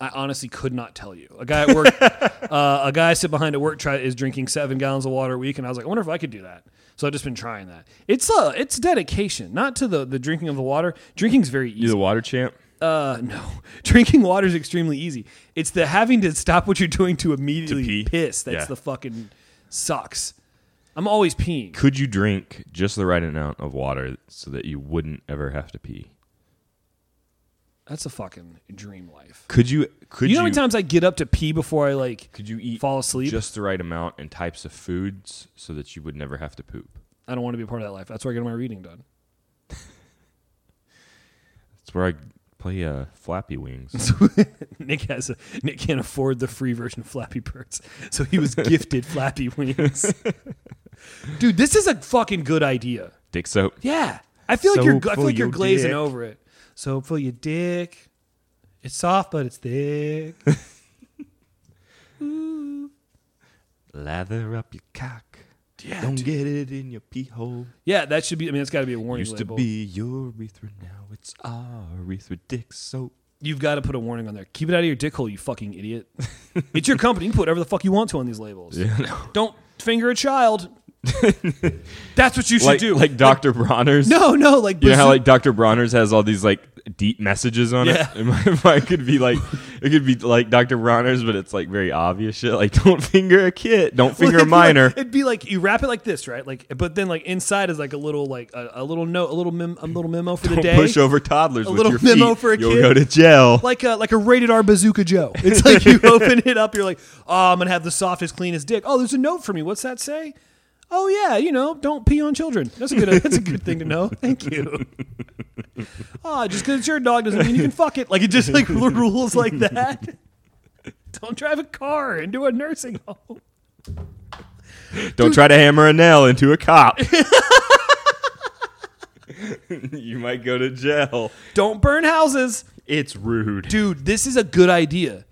I honestly could not tell you. A guy at *laughs* work, uh, a guy I sit behind at work, try, is drinking seven gallons of water a week, and I was like, I wonder if I could do that. So I've just been trying that. It's uh, it's dedication, not to the the drinking of the water. Drinking's very You easy. the water champ? Uh, no, *laughs* drinking water is extremely easy. It's the having to stop what you're doing to immediately pee? piss. That's Yeah. the fucking sucks. I'm always peeing. Could you drink just the right amount of water so that you wouldn't ever have to pee? That's a fucking dream life. Could you could You you, know how many times I get up to pee before I like could you eat fall asleep? just the right amount and types of foods so that you would never have to poop? I don't want to be a part of that life. That's where I get my reading done. *laughs* That's where I play uh, Flappy *laughs* Wings. Nick has a, Nick can't afford the free version of Flappy Birds, so he was gifted Flappy *laughs* Wings. Dude, this is a fucking good idea. Dick soap. Yeah, I feel like you're Soap I feel for like you're your glazing dick. over it. So for your dick, it's soft but it's thick. Lather up your cock. Yeah, Don't dude. get it in your pee hole. *laughs* yeah, that should be. I mean, it's got to be a warning Used label. to be your urethra, now it's our urethra. Dick soap. You've got to put a warning on there. Keep it out of your dick hole, you fucking idiot. it's your company. You can put whatever the fuck you want to on these labels. Don't finger a child. That's what you should Like, do. like Dr. Bronner's. *laughs* no, no, like You know how bazoo- like Dr. Bronner's has all these like deep messages on Yeah. *laughs* it. Mine- Mine could be like it could be like Dr. Bronner's, but it's like very obvious shit. Like *laughs* don't finger a kid, don't *laughs* Well, finger a it'd be like- minor. it'd be like you wrap it like this, right? Like, but then like inside is like a little like a, a little note, a little mem- a little memo for the Don't day, push over toddlers A with little your memo feet. for a You'll kid. go to jail. like a like a rated R Bazooka Joe. It's like you open it up, you're like, oh, I'm gonna have the softest, cleanest dick. Oh, there's a note for me. What's that say? Oh yeah, you know, don't pee on children. That's a good. That's a good thing to know. Thank you. Ah, just because it's your dog doesn't mean you can fuck it. Like it just like *laughs* rules like that. *laughs* Don't drive a car into a nursing home. Don't try to hammer a nail into a *laughs* cop. you might go to jail. Don't burn houses. It's rude. dude, this is a *laughs* good idea.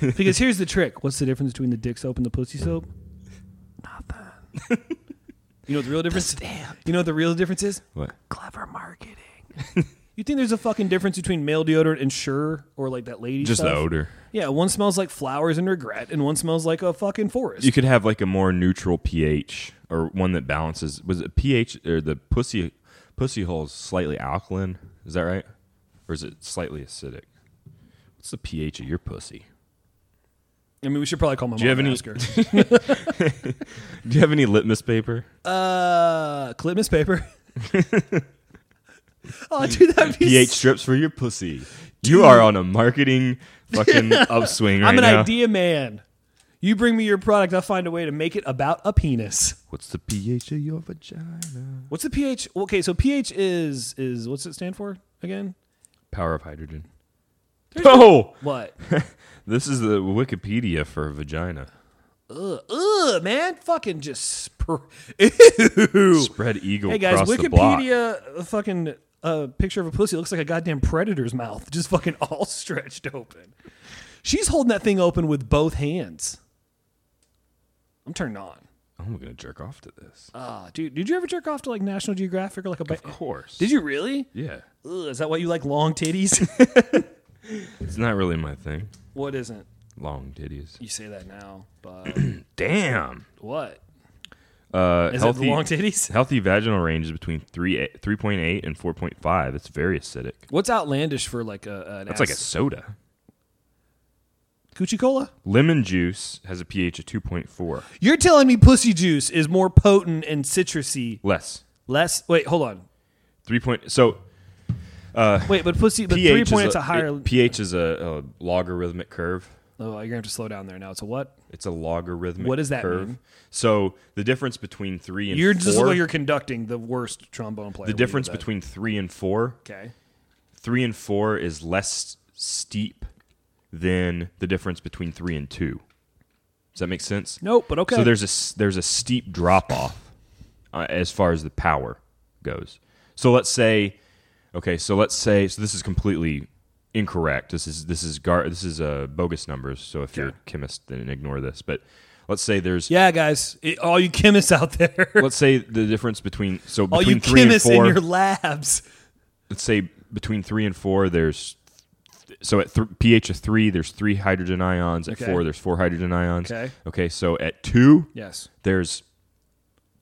Because here's the trick: what's the difference between the dick soap and the pussy soap? Nothing. You know what the real difference? You know what the real difference is? What? Clever marketing. you think there's a fucking difference between male deodorant and Sure or like that lady? Just the stuff? odor. Yeah, one smells like flowers and regret, and one smells like a fucking forest. You could have like a more neutral pH or one that balances. Was it pH or the pussy pussy hole is slightly alkaline? Is that right? Or is it slightly acidic? What's the pH of your pussy? I mean, we should probably call my mom you have and any- ask her. Do you have any litmus paper? Uh, *laughs* Clitmas paper. oh, dude, that'd be pH s- strips for your pussy. You are on a marketing fucking upswing right *laughs* I'm an now. idea man. You bring me your product, I'll find a way to make it about a penis. What's the pH of your vagina? What's the pH? Okay, so pH is is what's it stand for again? Power of hydrogen. Oh, What? this is the Wikipedia for vagina. *laughs* Ugh, ugh, man, fucking just spr- *laughs* ew. Spread eagle Hey guys, across the block. Wikipedia uh, fucking uh, picture of a pussy looks like a goddamn predator's mouth, *laughs* just fucking all stretched open. She's holding that thing open with both hands. I'm turned on. I'm gonna jerk off to this. Ah, dude, did you ever jerk off to like National Geographic or like a? Ba- Of course. Did you really? Yeah. Ugh, is that why you like long *laughs* titties? It's not really my thing. what isn't? Long titties. You say that now, but Damn. what? Uh, Is healthy it the long titties? healthy vaginal range is between three eh, three point eight and four point five. It's very acidic. *laughs* What's outlandish for like a? An That's like a soda. coochie cola. Lemon juice has a pH of two point four. You're telling me pussy juice is more potent and citrusy, Less. less. Wait, hold on. Three point. So Wait, but pussy, but pH three is points a, higher. it- pH is a, a logarithmic curve. oh, you're gonna have to slow down there now. It's a what? It's a logarithmic. What does that curve. mean? So the difference between three and You're four. just like you're conducting the worst trombone player. the We'll difference leave it at between three and four. that. okay, Three and four is less steep than the difference between three and two. Does that make sense? nope, but okay. So there's a s- there's a steep drop off uh, as far as the power goes. So let's say, okay, so let's say so this is completely incorrect. This is this is gar this is uh, bogus numbers. So if you're a Okay. chemist, then ignore this. But let's say there's yeah, guys, it, all you chemists out there, let's say the difference between so *laughs* all between you three and chemists in four. your labs. let's say between three and four, there's so at th- pH of three, there's three hydrogen ions. At Okay. four, there's four hydrogen ions. Okay. Okay. So at two, Yes. there's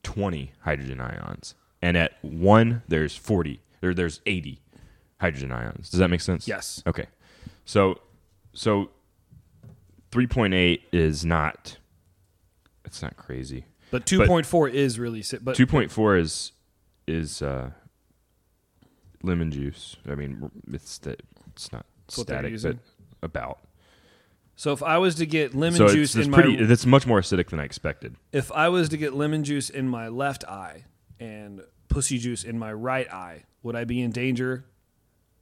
20 hydrogen ions and at 1 there's 40 or there's 80 hydrogen ions does that make sense Yes. okay so so 3.8 is not it's not crazy But two point four is really si- but 2.4 is is uh lemon juice i mean it's that it's not what they're static but using. about so if I was to get lemon so it's- juice it's, in pretty my it's much more acidic than i expected if I was to get lemon juice in my left eye and pussy juice in my right eye, would I be in danger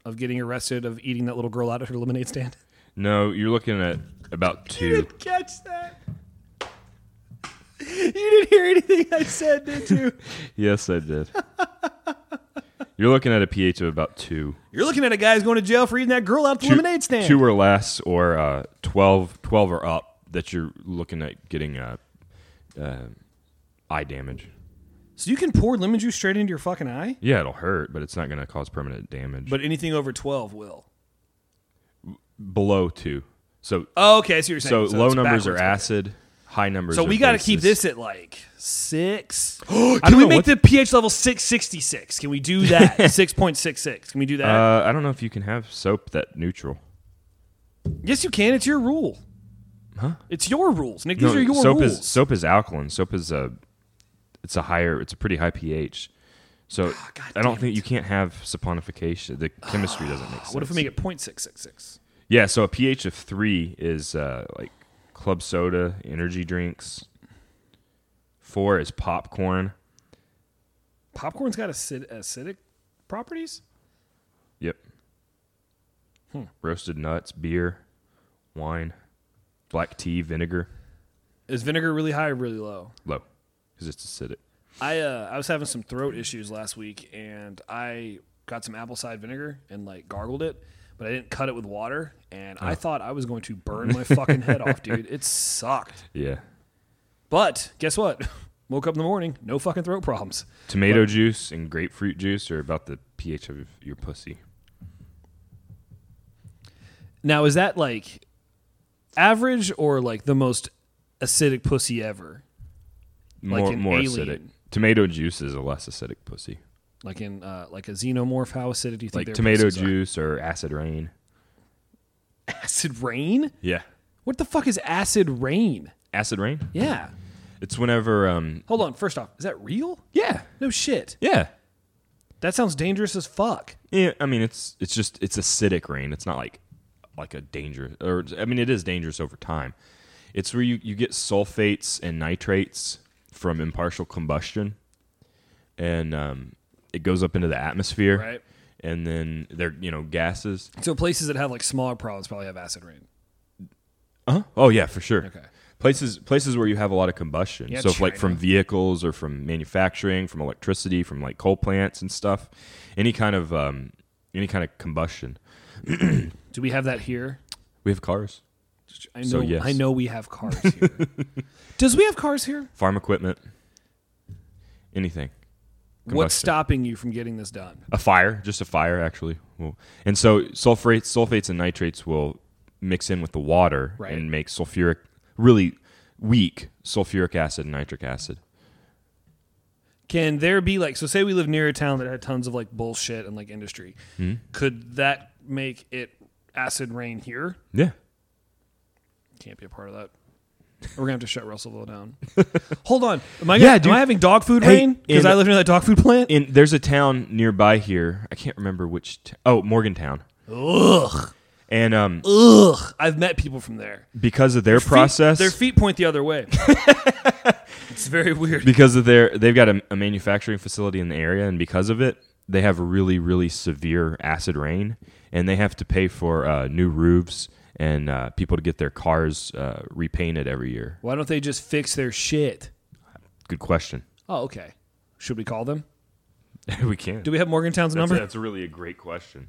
of getting arrested of eating that little girl out of her lemonade stand? *laughs* no you're looking at about two catch that. You didn't hear anything I said, did you? Yes, I did. You're looking at a pH of about two. *laughs* You're looking at a guy who's going to jail for eating that girl out the lemonade stand. Two or less, or uh, 12, 12 or up, that you're looking at getting uh, uh, eye damage. So you can pour lemon juice straight into your fucking eye, Yeah, it'll hurt, but it's not going to cause permanent damage. but anything over 12 will. below two. So, Oh, okay, I see what you're so, saying. low it's numbers backwards. are acid, high numbers So are we got to keep bases. this at like *gasps* six. I Can don't we know make what- the pH level 666? Can we *laughs* do that? 6.66. Can we do that? Uh, I don't know if you can have soap that neutral. yes, you can. It's your rule. Huh? It's your rules, Nick. These No, are your soap rules. is soap is alkaline. Soap is a it's a higher it's a pretty high pH. So Ah, God I don't damn think you can't have saponification. The chemistry doesn't make sense. what if we make it 0.666? Yeah, so a pH of three is uh, like club soda, energy drinks. Four is popcorn. Popcorn's got acid- acidic properties? Yep. Hmm. Roasted nuts, beer, wine, black tea, vinegar. Is vinegar really high or really low? Low, because it's acidic. I uh, I was having some throat issues last week, and I got some apple cider vinegar and like gargled it, but I didn't cut it with water, and Oh. I thought I was going to burn *laughs* my fucking head off, dude. It sucked. Yeah. But guess what? *laughs* Woke up in the morning, no fucking throat problems. Tomato juice and grapefruit juice are about the pH of your pussy. Now is that like average or like the most acidic pussy ever? Like More, an more acidic. alien. Tomato juice is a less acidic pussy. Like in uh, like a xenomorph, how acidic do you think? Like their tomato pussies are? juice or acid rain. Acid rain? Yeah. What the fuck is acid rain? Acid rain? Yeah. It's whenever um Hold on. First off, is that real? yeah. No shit. Yeah. That sounds dangerous as fuck. Yeah, I mean it's it's just it's acidic rain. It's not like like a danger or I mean it is dangerous over time. It's where you, you get sulfates and nitrates from impartial combustion and um, it goes up into the atmosphere. Right. And then they're you know, gases. So places that have like smaller problems probably have acid rain. Uh-huh. Oh yeah, for sure. Okay. Places places where you have a lot of combustion. Yeah, so if, like from China. vehicles or from manufacturing, from electricity, from like coal plants and stuff, any kind of um, any kind of combustion. Do we have that here? We have cars, I know. So, yes. I know we have cars here. *laughs* Does we have cars here? farm equipment, anything. What's Combustion. stopping you from getting this done? A fire, just a fire actually. Well, and so sulfates, sulfates and nitrates will mix in with the water Right. and make sulfuric really weak sulfuric acid and nitric acid. Can there be like so? Say we live near a town that had tons of like bullshit and like industry. Hmm? Could that make it acid rain here? Yeah. Can't be a part of that. We're gonna have to shut *laughs* Russellville down. Hold on. Am I, Yeah, yeah, dude. am I having dog food Hey, rain? Because in- I live near that dog food plant. in there's a town nearby here. I can't remember which. T- oh, Morgantown. Ugh. And um, Ugh. I've met people from there. because of their Feet- process, their feet point the *laughs* other way. it's very weird. because of their, they've got a, a manufacturing facility in the area, and because of it, they have really, really severe acid rain, and they have to pay for uh, new roofs and uh, people to get their cars uh, repainted every year. Why don't they just fix their shit? Good question. *laughs* Oh, okay. Should we call them? we can. Do we have Morgantown's that's, number? that's really a great question.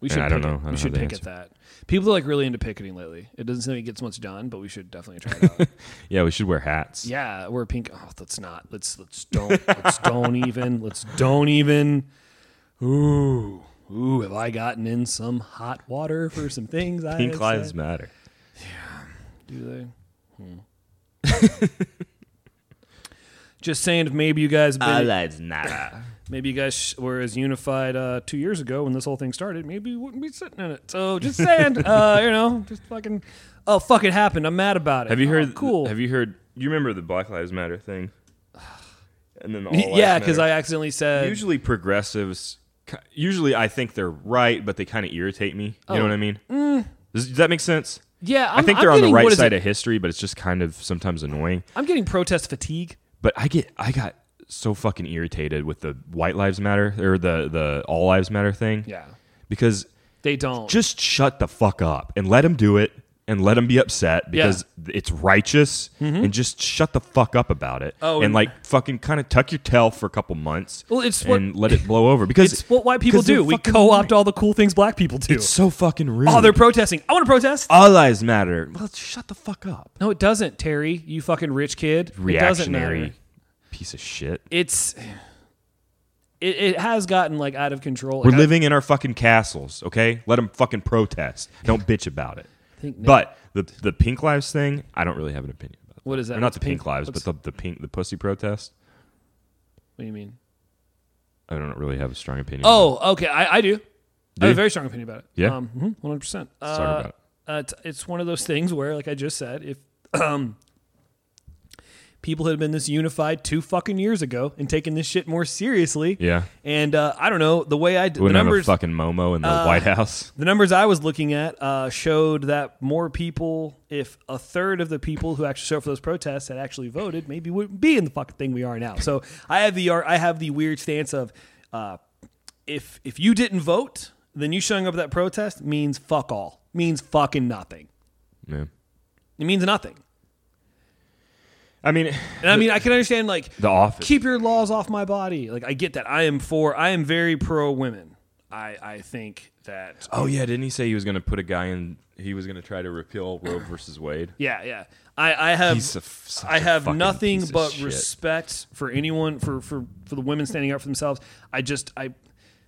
we Yeah, should. I pick don't know. It. I we don't should have the pick at that. People are like really into picketing lately. It doesn't seem like it gets much done, but we should definitely try *laughs* it out. Yeah, we should wear hats. yeah, we're pink. Oh, let's not. Let's let's don't let's don't even. Let's don't even. Ooh ooh. Have I gotten in some hot water for some things? I Pink have lives said? matter. Do they? Hmm. *laughs* Just saying, if maybe you guys have been, lives matter. maybe you guys were as unified uh, two years ago when this whole thing started, maybe you wouldn't be sitting in it. So just *laughs* saying, uh, you know, just fucking, oh fuck, it happened. I'm mad about *laughs* it. Have you Oh, heard? Cool. Have you heard? You remember the Black Lives Matter *sighs* thing? And then the all lives *laughs* yeah, because I matter. accidentally said. usually progressives. ki- Usually, I think they're right, but they kind of irritate me. You know Oh. what I mean? Does, does that make sense? yeah, I'm, I think I'm they're on getting- the right what is side it? of history, but it's just kind of sometimes annoying. I'm getting protest fatigue. But I get, I got so fucking irritated with the White Lives Matter or the the All Lives Matter thing. Yeah, because they don't. just shut the fuck up and let them do it and let them be upset because it's righteous and just shut the fuck up about it Mm-hmm. Oh, and, and- like fucking kind of tuck your tail for a couple months Well, it's what- and let it blow over because it's what white people 'cause they're do. We fucking co-opt right. all the cool things black people do. it's so fucking rude oh, they're protesting. I want to protest. all lives matter well shut the fuck up No, it doesn't, Terry. You fucking rich kid. It doesn't reactionary matter. piece of shit It's it, it has gotten like out of control. we're Like, I- living in our fucking castles okay let them fucking protest don't bitch about it think Nick- but the the pink lives thing i don't really have an opinion about What is that? Or not What's the pink, lives but what's- the, the pink the pussy protest what do you mean? I don't really have a strong opinion. Oh, okay. I, I do. I have you? a very strong opinion about it. Yeah? um, mhm, 100%. Uh, talk about it. uh, it's, it's one of those things where, like I just said, if um, people had been this unified two fucking years ago and taken this shit more seriously, Yeah. and uh, I don't know, the way I d- the wouldn't numbers, have a fucking Momo in the White House. The numbers I was looking at uh, showed that more people, if a third of the people who actually showed up for those protests had actually voted, maybe wouldn't be in the fucking thing we are now. So I have the I have the weird stance of uh, if if you didn't vote, then you showing up at that protest means fuck all, means fucking nothing. Yeah. It means nothing. I mean, And I mean, I can understand like The Office. Keep your laws off my body. Like I get that. I am for. I am very pro women. I I think that oh yeah, didn't he say he was going to put a guy in? He was going to try to repeal Roe versus Wade. Yeah, yeah. I, I have He's a f- such I a have fucking nothing piece of but shit. respect for anyone for, for for the women standing up for themselves. I just I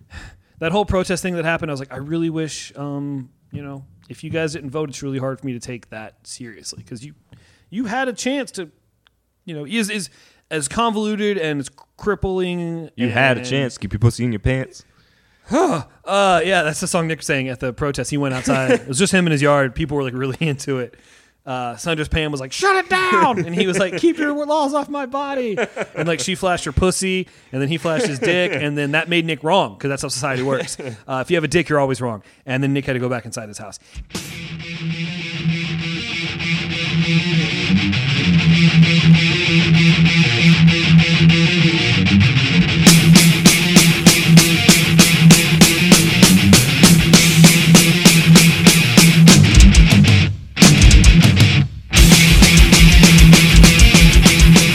*sighs* that whole protest thing that happened, I was like, I really wish um, you know, if you guys didn't vote, it's really hard for me to take that seriously because you you had a chance to you know, is is as convoluted and as crippling You had a and- chance. Keep your pussy in your pants. Uh, yeah, that's the song Nick was saying at the protest. He went outside. it was just him in his yard. People were like really *laughs* into it. Uh, Sandra's Pam was like, "Shut it down," and he was like, "Keep your laws off my body." And like she flashed her pussy, and then he flashed his dick, and then that made Nick wrong because that's how society works. Uh, if you have a dick, you're always wrong. And then Nick had to go back inside his house.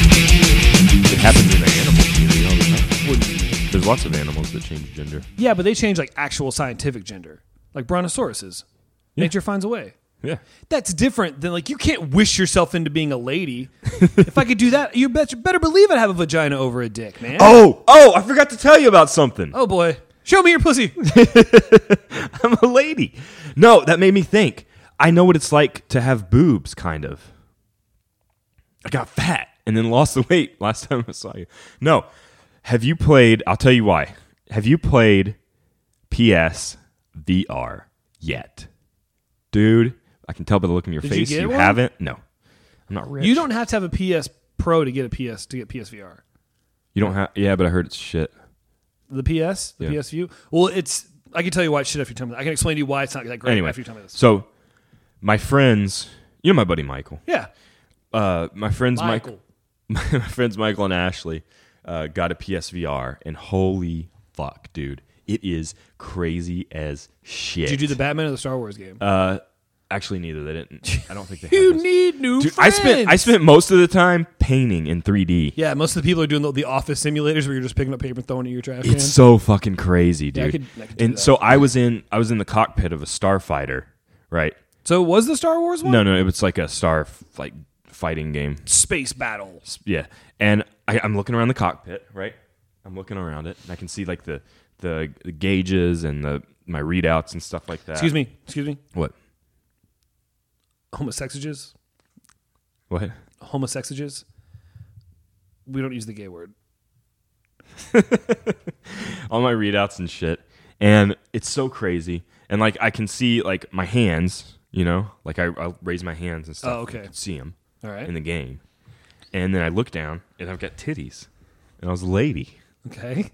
It happens in the animal community all the time. There's lots of animals that change gender. Yeah, but they changed like actual scientific gender, like brontosauruses. Nature finds a way. Yeah. That's different than like you can't wish yourself into being a lady. if I could do that, you bet, better believe I'd have a vagina over a dick, man. Oh, oh! I forgot to tell you about something. Oh boy, show me your pussy. I'm *laughs* a lady. No, that made me think. I know what it's like to have boobs, kind of. I got fat and then lost the weight *laughs* last time I saw you. No. Have you played? I'll tell you why. Have you played PS VR yet? Dude, I can tell by the look in your Did you face get you, one? haven't. No. I'm not rich. *laughs* you don't have to have a PS Pro to get a PS to get PSVR. You don't have. Yeah, but I heard it's shit. The PS, the Yeah. PS View. Well, it's I can tell you why it's shit after you tell me. That. I can explain to you why it's not that great anyway, after you tell me this. so my friends, you know my buddy Michael. Yeah, Uh, my friends Michael. *laughs* Michael. my, my friends Michael and Ashley uh, got a PSVR, and holy fuck, dude, it is crazy as shit. Did you do the Batman or the Star Wars game? Uh, actually, neither. They didn't. I don't *laughs* think they. you had those. need new Dude, I friends. spent I spent most of the time painting in 3D. Yeah, most of the people are doing the, the office simulators where you're just picking up paper and throwing it in your trash It's can. so fucking crazy, dude. Yeah, I could- I could do and that. so I was in I was in the cockpit of a starfighter, right? So was the Star Wars one? No, no, it was like a star f- like fighting game. Space battle. Yeah, and I, I'm looking around the cockpit, right? I'm looking around it, and I can see like the the, the gauges and the my readouts and stuff like that. Excuse me. Excuse me. What? Homosexages. What? *laughs* Homosexages. We don't use the gay word. All my readouts and shit, and it's so crazy. And like I can see like my hands, you know, like I, I raise my hands and stuff. Oh, okay. I can see them All right. in the game, and then I look down and I've got titties, and I was a lady, okay.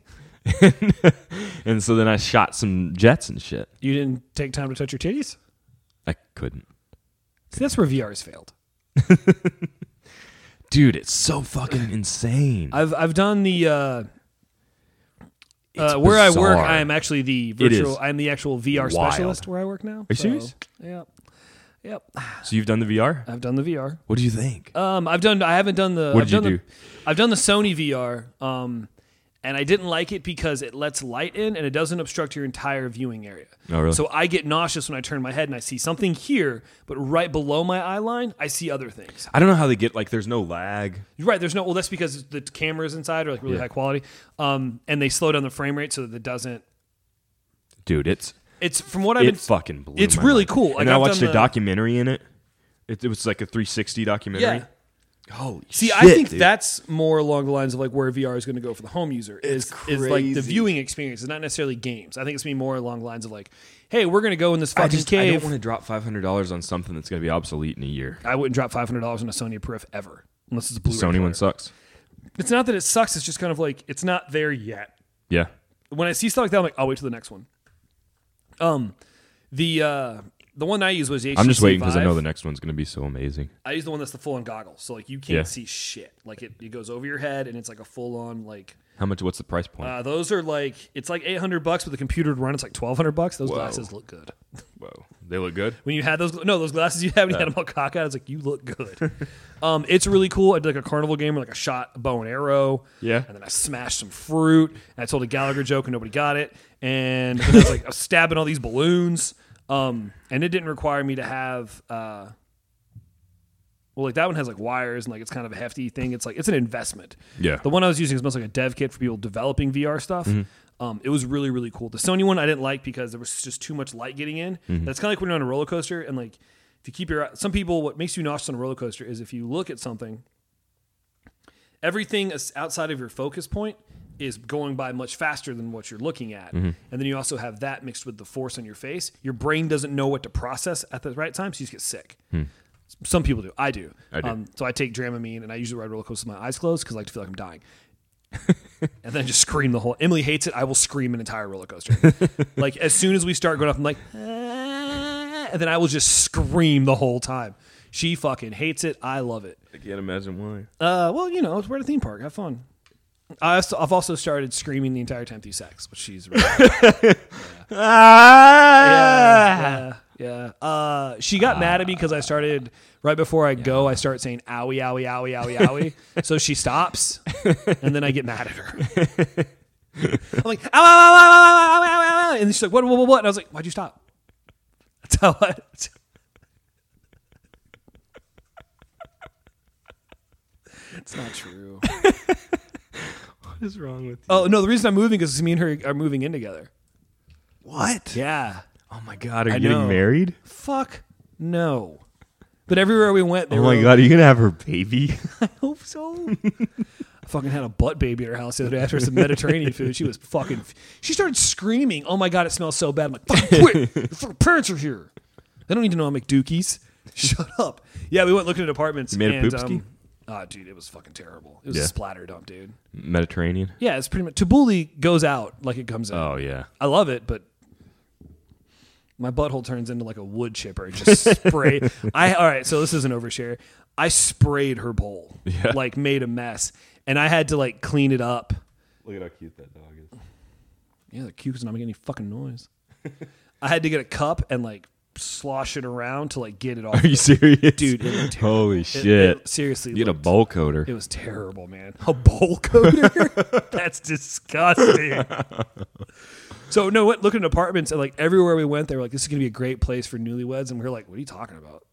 and so then I shot some jets and shit. You didn't take time to touch your titties? I couldn't. See, that's where VR's failed. Dude, it's so *laughs* fucking insane. I've I've done the uh, It's uh, where I work. bizarre. I am actually the It is virtual. I'm the actual wild. VR specialist where I work now. Are you serious? Yep. Yep. So you've done the VR? I've done the VR. What do you think? Um, I've done. I haven't done the. What I've did you done do? The, I've done the Sony VR. Um, and I didn't like it because it lets light in and it doesn't obstruct your entire viewing area. Oh, really? So I get nauseous when I turn my head and I see something here, but right below my eye line, I see other things. I don't know how they get like. There's no lag. You're right. There's no. Well, that's because the cameras inside are like really Yeah. high quality, um, and they slow down the frame rate so that it doesn't. Dude, it's It's from what I've it been. fucking blew. it's my really mind. cool. Like, And I I've watched done a the- documentary in it. it. It was like a 360 documentary. Yeah. Holy See, shit, I think dude. that's more along the lines of like where VR is going to go for the home user is is like the crazy. viewing experience. It's not necessarily games. I think it's going to be more along the lines of like, hey, we're going to go in this I fucking just I cave. don't want to drop 500 dollars on something that's gonna be obsolete in a year. I wouldn't drop five hundred dollars on a Sony peripheral ever unless it's a Blu-ray. Sony player. one sucks. It's not that it sucks. It's just kind of like it's not there yet. Yeah. when I see stuff like that, I'm like, I'll wait till the next one. Um, the uh, the one I use was the HTC I'm just waiting because I know Vive. the next one's gonna be so amazing. I use the one that's the full on goggle, so like you can't Yeah. see shit. Like it, it goes over your head, and it's like a full on like. How much? What's the price point? Uh, those are like it's like 800 bucks with a computer to run. It's like 1200 bucks. Those Whoa. glasses look good. Whoa, they look good. When you had those, no, those glasses you had when you had them all cockeyed, I was like, you look good. *laughs* um, it's really cool. I did like a carnival game where like I shot a bow and arrow. Yeah. And then I smashed some fruit. And I told a Gallagher joke and nobody got it. And then I was like, *laughs* I was stabbing all these balloons. Um, and it didn't require me to have, uh, well, like that one has like wires and like it's kind of a hefty thing. It's like, it's an investment. Yeah. The one I was using is mostly like a dev kit for people developing VR stuff. Um, it was really, really cool. The Sony one I didn't like because there was just too much light getting in. That's kind of like when you're on a roller coaster and like to keep your some people what makes you nauseous on a roller coaster is if you look at something, everything is outside of your focus point is going by much faster than what you're looking at. And then you also have that mixed with the force on your face. Your brain doesn't know what to process at the right time, so you just get sick. Some people do. I do. Um, I do. so I take Dramamine and I usually ride roller coasters with my eyes closed because I like to feel like *laughs* I'm dying. and then just scream the whole. Emily hates it. I will scream an entire *laughs* roller coaster. like as soon as we start going up, I'm like, "Ah," and then I will just scream the whole time. She fucking hates it. I love it. I can't imagine why. Uh, well, you know, we're at a theme park. Have fun. I also, I've also started screaming the entire time through sex, which she's really *laughs* Ah! yeah, yeah. yeah. Uh, she got mad at me because I started right before I go. I start saying "owie, owie, owie, owie, *laughs* owie," so she stops, and then I get mad at *laughs* her. I'm like "ow, ow, ow, ow, ow, ow, ow, ow, ow," and she's like "what, what, what, what?" And I was like, "Why'd you stop?" That's how I. *laughs* It's not true. *laughs* What is wrong with Oh no! The reason I'm moving is me and her are moving in together. What? Yeah. Oh my God, are you know. getting married? Oh Fuck no. But everywhere we went, they Oh were my God, are you gonna have her baby? *laughs* hope so. I fucking had a butt baby at her house the other day after some Mediterranean food. She was fucking. She started screaming. Oh my god, it smells so bad. I'm like, fucking quit. Your fucking parents are here. They don't need to know I make dookies. *laughs* Shut up. Yeah, we went looking at apartments. You made a and, poopski? um, Ah, dude, it was fucking terrible. It was a Yeah. splatter dump, dude. Mediterranean. Yeah, it's pretty much. Tabbouleh goes out like it comes in. Oh yeah. I love it, but my butthole turns into like a wood chipper. Just *laughs* spray. I all right. So this is an overshare. I sprayed her bowl, Yeah. like made a mess, and I had to like clean it up. Look at how cute that dog is. Yeah, the cube's not making any fucking noise. I had to get a cup and like slosh it around to like get it *laughs* off. Are you serious, Dude, it looked terrible. Holy It- shit! it seriously, you get a looked- bowl coater. It was terrible, man. A bowl coater? *laughs* That's disgusting. so no, what looking at apartments and like everywhere we went, they were like, "This is gonna be a great place for newlyweds," and we were like, "What are you talking *laughs* about?"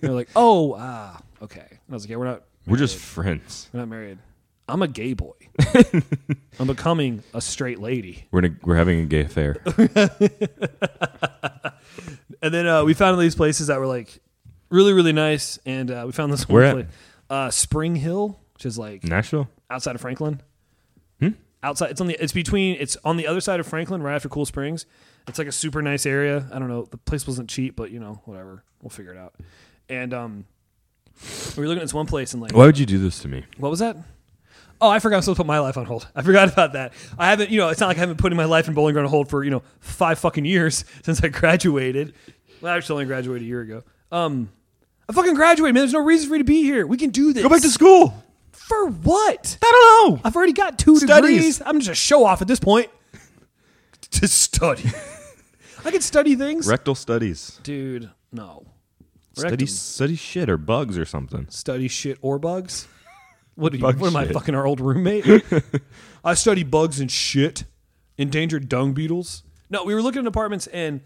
They're like, "Oh, ah, okay." And I was like, "Yeah, we're not, We're just friends. we're not married. I'm a gay *laughs* boy. I'm becoming a straight lady." We're in a, we're having a gay *laughs* affair. And then uh, we found these places that were like really, really nice, and uh, we found this Where one at? place, uh, Spring Hill, which is like Nashville. outside of Franklin. Hmm? Outside, it's on the it's between it's on the other side of Franklin, right after Cool Springs. It's like a super nice area. I don't know. The place wasn't cheap, but you know, whatever. We'll figure it out. And um, we were looking at this one place and like, Why would you do this to me? what was that? Oh, I forgot I'm supposed to put my life on hold. I forgot about that. I haven't, you know, it's not like I haven't put my life in Bowling Green on hold for, you know, five fucking years *laughs* since I graduated. Well, I actually only graduated a year ago. Um, I fucking graduated, man. There's no reason for me to be here. We can do this. Go back to school. For what? I don't know. I've already got two Studies. degrees. I'm just a show off at this point. to study. *laughs* I can study things. Rectal studies. Dude, no. Study Rectum. study shit or bugs or something. Study shit or bugs? What, are you, Bug what am I, shit. fucking our old roommate? *laughs* I study bugs and shit. Endangered dung beetles. No, we were looking at apartments and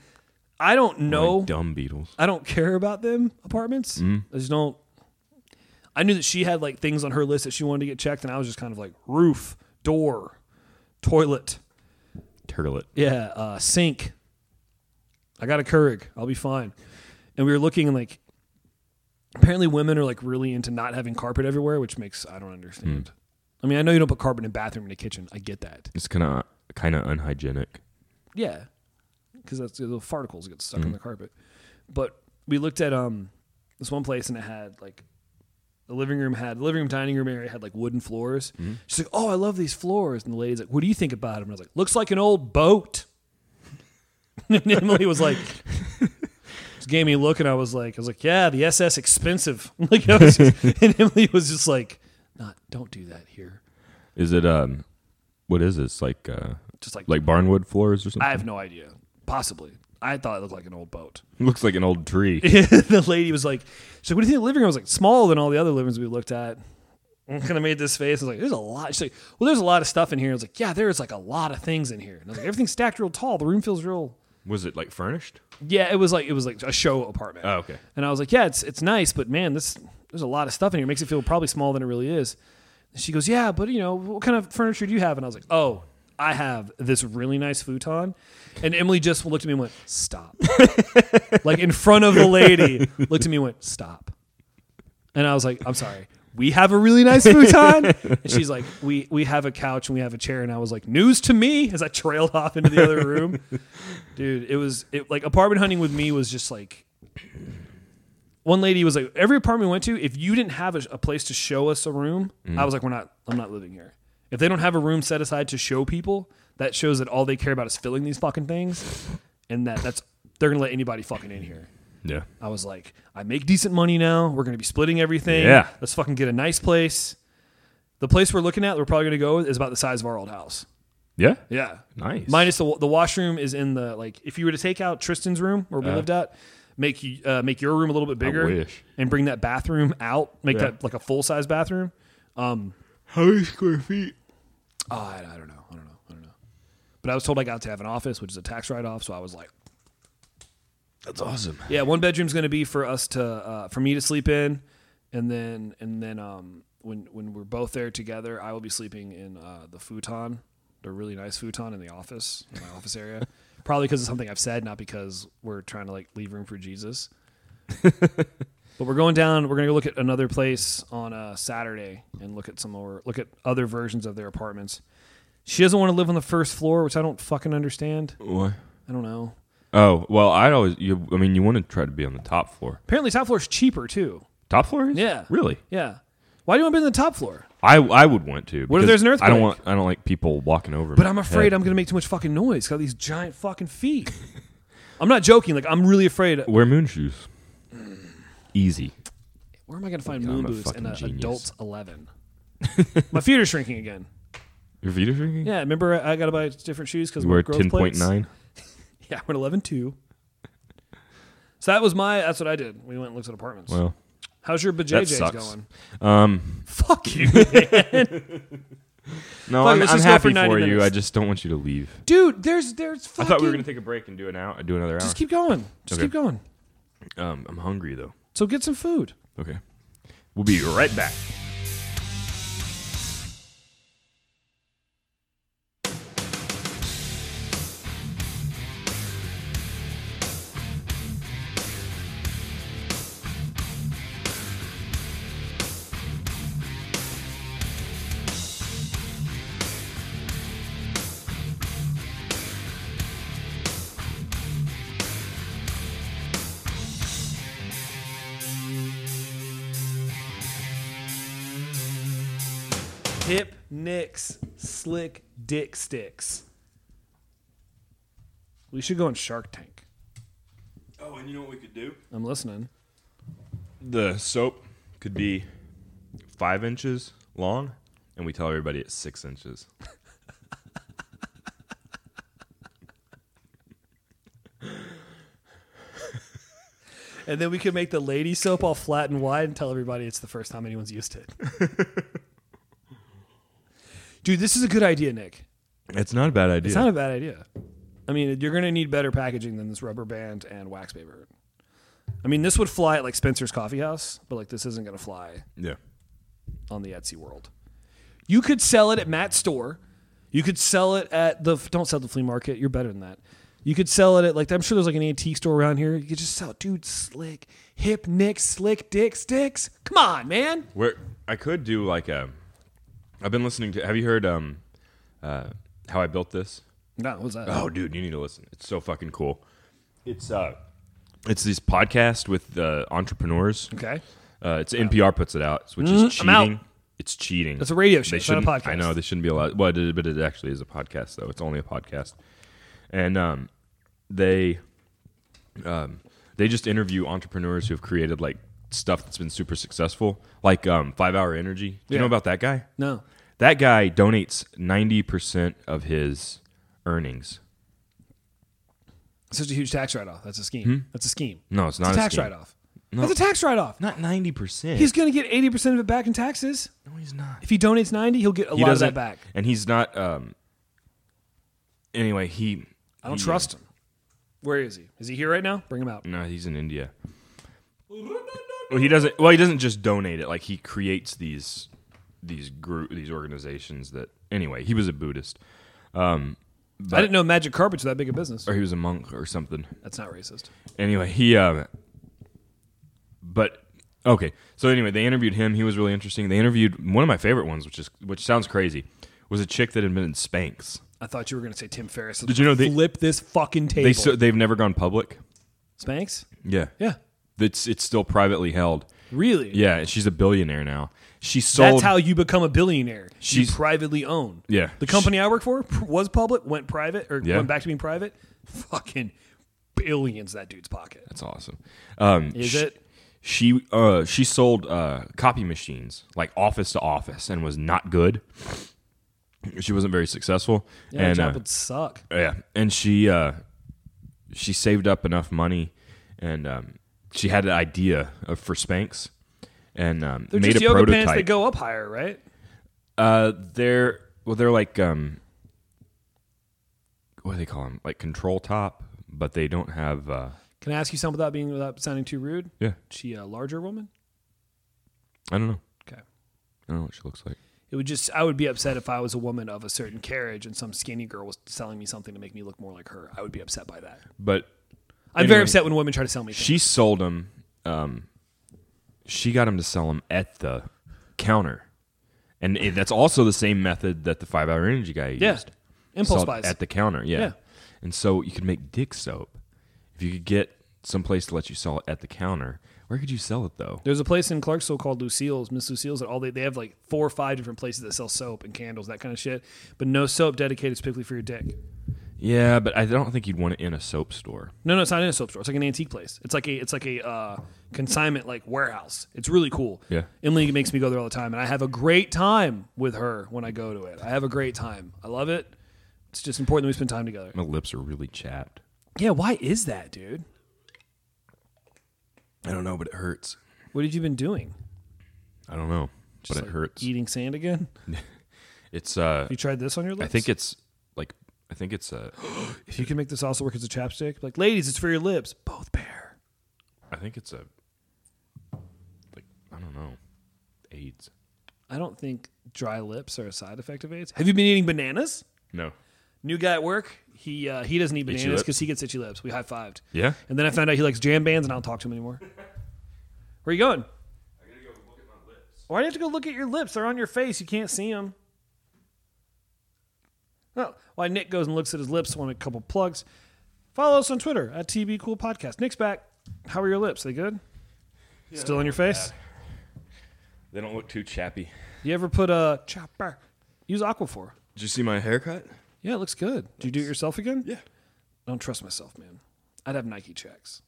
I don't know. Like dumb beetles. I don't care about them apartments. I just don't. I knew that she had like things on her list that she wanted to get checked, and I was just kind of like roof, door, toilet, Turtlet. yeah, uh, sink. I got a Keurig. I'll be fine. And we were looking and like, apparently women are like really into not having carpet everywhere, which makes I don't understand. I mean, I know you don't put carpet in the bathroom and the kitchen. I get that. It's kind of kind of unhygienic. Yeah, because that's the farticles get stuck on the carpet. But we looked at um this one place and it had like the living room had the living room dining room area had like wooden floors. She's like, "Oh, I love these floors." And the lady's like, "What do you think about them?" And I was like, "Looks like an old boat." *laughs* and Emily was like. Just gave me a look and I was like, I was like, yeah, the SS expensive. *laughs* Like, I was just, and Emily was just like, not, don't do that here. Is it um, what is this like uh, Just like, like barnwood floors or something? I have no idea. Possibly, I thought it looked like an old boat. Looks like an old tree. *laughs* the lady was like, she's like, what do you think of the living room? I was like, smaller than all the other living rooms we looked at. And kind of made this face. I was like, there's a lot. She's like, well, there's a lot of stuff in here. I was like, yeah, there's like a lot of things in here. And I was like, everything's stacked real tall. The room feels real. Was it like furnished? Yeah, it was like it was like a show apartment. Oh, okay. And I was like, yeah, it's it's nice, but man, this there's a lot of stuff in here. It makes it feel probably smaller than it really is. And she goes, yeah, but you know, what kind of furniture do you have? And I was like, oh, I have this really nice futon. And Emily just looked at me and went, stop. like in front of the lady, looked at me and went, stop. And I was like, I'm sorry. we have a really nice futon. and she's like, we we have a couch and we have a chair. And I was like, news to me as I trailed off into the other room. Dude, it was it like apartment hunting with me was just like. One lady was like, every apartment we went to, if you didn't have a, a place to show us a room, I was like, we're not, I'm not living here. If they don't have a room set aside to show people, that shows that all they care about is filling these fucking things, and that that's they're gonna let anybody fucking in here. Yeah. I was like, I make decent money now. We're going to be splitting everything. Yeah. Let's fucking get a nice place. The place we're looking at, that we're probably going to go with is about the size of our old house. Yeah. Yeah. Nice. Minus the, the washroom is in the, like, if you were to take out Tristan's room where we lived at, make you, uh, make your room a little bit bigger wish. and bring that bathroom out, make Yeah. that like a full size bathroom. Um, How many square feet? oh, I, I don't know. I don't know. I don't know. But I was told I got to have an office, which is a tax write off. So I was like, That's awesome. Yeah, one bedroom's going to be for us to uh, for me to sleep in, and then and then um, when when we're both there together, I will be sleeping in uh, the futon, the really nice futon in the office, in my office area. Probably because of something I've said, not because we're trying to like leave room for Jesus. but we're going down. We're going to go look at another place on uh, Saturday and look at some more look at other versions of their apartments. She doesn't want to live on the first floor, which I don't fucking understand. What? I don't know. Oh well, I always. You, I mean, you want to try to be on the top floor. Apparently, top floor's cheaper too. Top floor is? Yeah. Really? Yeah. Why do you want to be on the top floor? I I would want to. What if because there's an I earthquake? don't want. I don't like people walking over. But I'm afraid I'm going to make too much fucking noise. Got these giant fucking feet. *laughs* I'm not joking. Like I'm really afraid. Wear moon shoes. Easy. Where am I going to find I'm moon a boots in fucking an genius. adult's *laughs* eleven? My feet are shrinking again. Your feet are shrinking. Yeah, remember I, I got to buy different shoes because You wear we're growth ten point plates. nine. *laughs* Yeah, we're eleven two. So that was my. That's what I did. We went and looked at apartments. Well, How's your bajayjays sucks. going? um, *laughs* Fuck you, no, Fuck it, I'm, let's I'm just go for happy 90 for you. minutes. I just don't want you to leave. dude. There's there's. I Fucking, thought we were gonna take a break and do an hour, do another hour. Just keep going. Just Okay. keep going. um, I'm hungry though. So get some food. Okay, we'll be right back. Hip nicks, slick dick sticks. We should go on Shark Tank. Oh, and you know what we could do? I'm listening. The soap could be five inches long, and we tell everybody it's six inches. And then we could make the lady soap all flat and wide and tell everybody it's the first time anyone's used it. *laughs* Dude, this is a good idea, Nick. It's not a bad idea. It's not a bad idea. I mean, you're going to need better packaging than this rubber band and wax paper. I mean, this would fly at like Spencer's Coffee House, but like this isn't going to fly yeah. on the Etsy world. You could sell it at Matt's store. You could sell it at the don't sell it at the flea market. You're better than that. You could sell it at like I'm sure there's like an antique store around here. You could just sell, dude, slick hip nick, slick dick sticks. Come on, man. Where I could do like a. I've been listening to. Have you heard um, uh, how I built this? No, what's that? Oh, dude, you need to listen. It's so fucking cool. It's uh, it's this podcast with uh, entrepreneurs. Okay. Uh, it's NPR puts it out, which is Mm-hmm. I'm out. cheating. It's cheating. It's a radio show. They It's not a shouldn't- I podcast. know they shouldn't be allowed. Well, it is, but it actually is a podcast, though. It's only a podcast, and um, they um, they just interview entrepreneurs who have created like stuff that's been super successful, like um, Five Hour Energy. Do you Yeah. know about that guy? No. That guy donates ninety percent of his earnings. Such a huge tax write off. That's a scheme. That's a scheme. No, it's It's not a tax scheme. write off. That's a tax write off. Not ninety percent. He's gonna get eighty percent of it back in taxes. no, he's not. If he donates ninety, he'll get a lot of that back. and he's not. Um, anyway, he. I don't trust him. Where is he? Is he here right now? Bring him out. No, he's in India. Well, he doesn't. Well, he doesn't just donate it. Like he creates these these group these organizations that. Anyway, he was a Buddhist, I didn't know magic carpets were that big a business. or he was a monk, or something. That's not racist. Anyway, he. Um, but Okay. So anyway, they interviewed him. He was really interesting. They interviewed one of my favorite ones, which is which sounds crazy, was a chick that invented Spanx. I thought you were going to say Tim Ferriss. Did you know they- flip this fucking table? They so, they've never gone public. Spanx? Yeah. Yeah, It's it's still privately held. really. Yeah, and she's a billionaire now. She sold That's how you become a billionaire. You She's- privately own. Yeah. The company I work for pr- was public, went private, or Yeah. went back to being private. Fucking billions that dude's pocket. That's awesome. Um, Is sh- it? She uh, she sold uh, copy machines like office to office and was not good. She wasn't very successful. Yeah, that and, job uh, would suck. Yeah, and she uh, she saved up enough money, and um, she had an idea of, for Spanx, and um, They're made just a yoga prototype. pants that go up higher, right? uh, they're well, they're like um, what do they call them? Like control top, but they don't have. Uh, Can I ask you something without being without sounding too rude? yeah, She a larger woman? I don't know. Okay. I don't know what she looks like. It would just I would be upset if I was a woman of a certain carriage and some skinny girl was selling me something to make me look more like her. I would be upset by that. But I'm very Anyway. upset when women try to sell me things. she sold them. Um, she got him to sell them at the counter, and it, that's also the same method that the five hour energy guy used. yeah. Impulse sold buys. at the counter. Yeah. Yeah. and so you could make dick soap if you could get someplace to let you sell it at the counter. Where could you sell it though? There's a place in Clarksville called Lucille's, Miss Lucille's, that all they, they have like four or five different places that sell soap and candles, that kind of shit. But no soap dedicated specifically for your dick. Yeah, but I don't think you'd want it in a soap store. No, no, it's not in a soap store. It's like an antique place. It's like a it's like a uh, consignment like warehouse. It's really cool. Yeah. Emily makes me go there all the time, and I have a great time with her when I go to it. I have a great time. I love it. It's just important that we spend time together. My lips are really chapped. Yeah, why is that, dude? I don't know, but it hurts. What have you been doing? I don't know, but it like hurts. Eating sand again? It's uh, You tried this on your lips? I think it's like I think it's uh, if you can make this also work as a chapstick, like ladies, it's for your lips. Both pair. I think it's a like I don't know, AIDS. I don't think dry lips are a side effect of AIDS. Have you been eating bananas? No. New guy at work, he uh, he doesn't eat Itchy bananas lips? because he gets itchy lips. We high fived. Yeah. And then I found out he likes jam bands, and I don't talk to him anymore. Where are you going? Why do you have to go look at your lips? They're on your face. You can't see them. Oh, why Nick goes and looks at his lips on a couple plugs. Follow us on Twitter at TB Cool Podcast. Nick's back. How are your lips? They good? Still on your face? They don't look too chappy. You ever put a chopper? Use Aquaphor. Did you see my haircut? Yeah, it looks good. Do you do it yourself again? Yeah. I don't trust myself, man. I'd have Nike checks.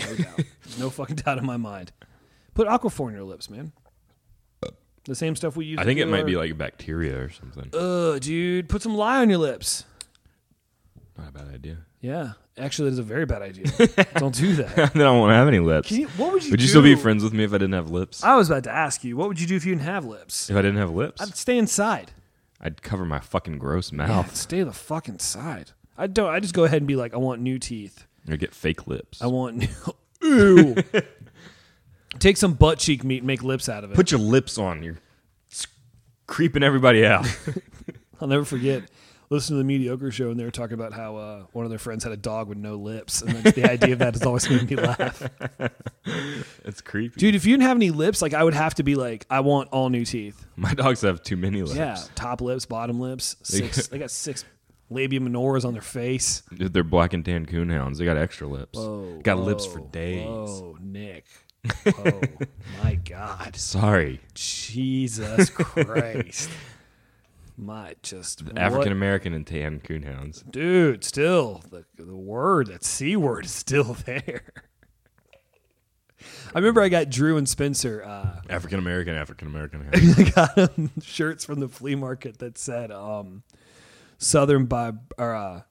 No doubt. no fucking doubt in my mind. Put Aquaphor in your lips, man. The same stuff we use. I to think it do might our- be like bacteria or Uh, something. Ugh, dude. Put some lye on your lips. Not a bad idea. *laughs* Yeah. Actually, that is a very bad idea. don't do that. then I won't have any lips. Can you, what would you Would do? you still be friends with me if I didn't have lips? I was about to ask you, what would you do if you didn't have lips? if I didn't have lips, I'd, I'd stay inside. cover my fucking gross Yeah, mouth. stay the fuck inside. I don't. I just go ahead and be like, I want new teeth. Or get fake lips. I want *laughs* new. Ew. Take some butt cheek meat and make lips out of it. Put your lips on. You're s- creeping everybody *laughs* out. I'll never forget. Listen to the mediocre show, and they were talking about how uh, one of their friends had a dog with no lips, and that's the idea of that has always made me laugh. *laughs* it's creepy. Dude, if you didn't have any lips, like I would have to be like, I want all new teeth. My dogs have too many lips. Yeah, top lips, bottom lips, *laughs* six. they got six labia minoras on their face. Dude, They're black and tan coonhounds. They got extra lips. got lips for days. Oh, *laughs* Nick. Oh my God. Sorry. *laughs* Jesus Christ. My just African what- American and tan coonhounds. dude. Still the the word that c word is still *laughs* there. I remember I got Drew and Spencer uh, African American, African *laughs* American. *laughs* shirts from the flea market that said um, "Southern by or uh,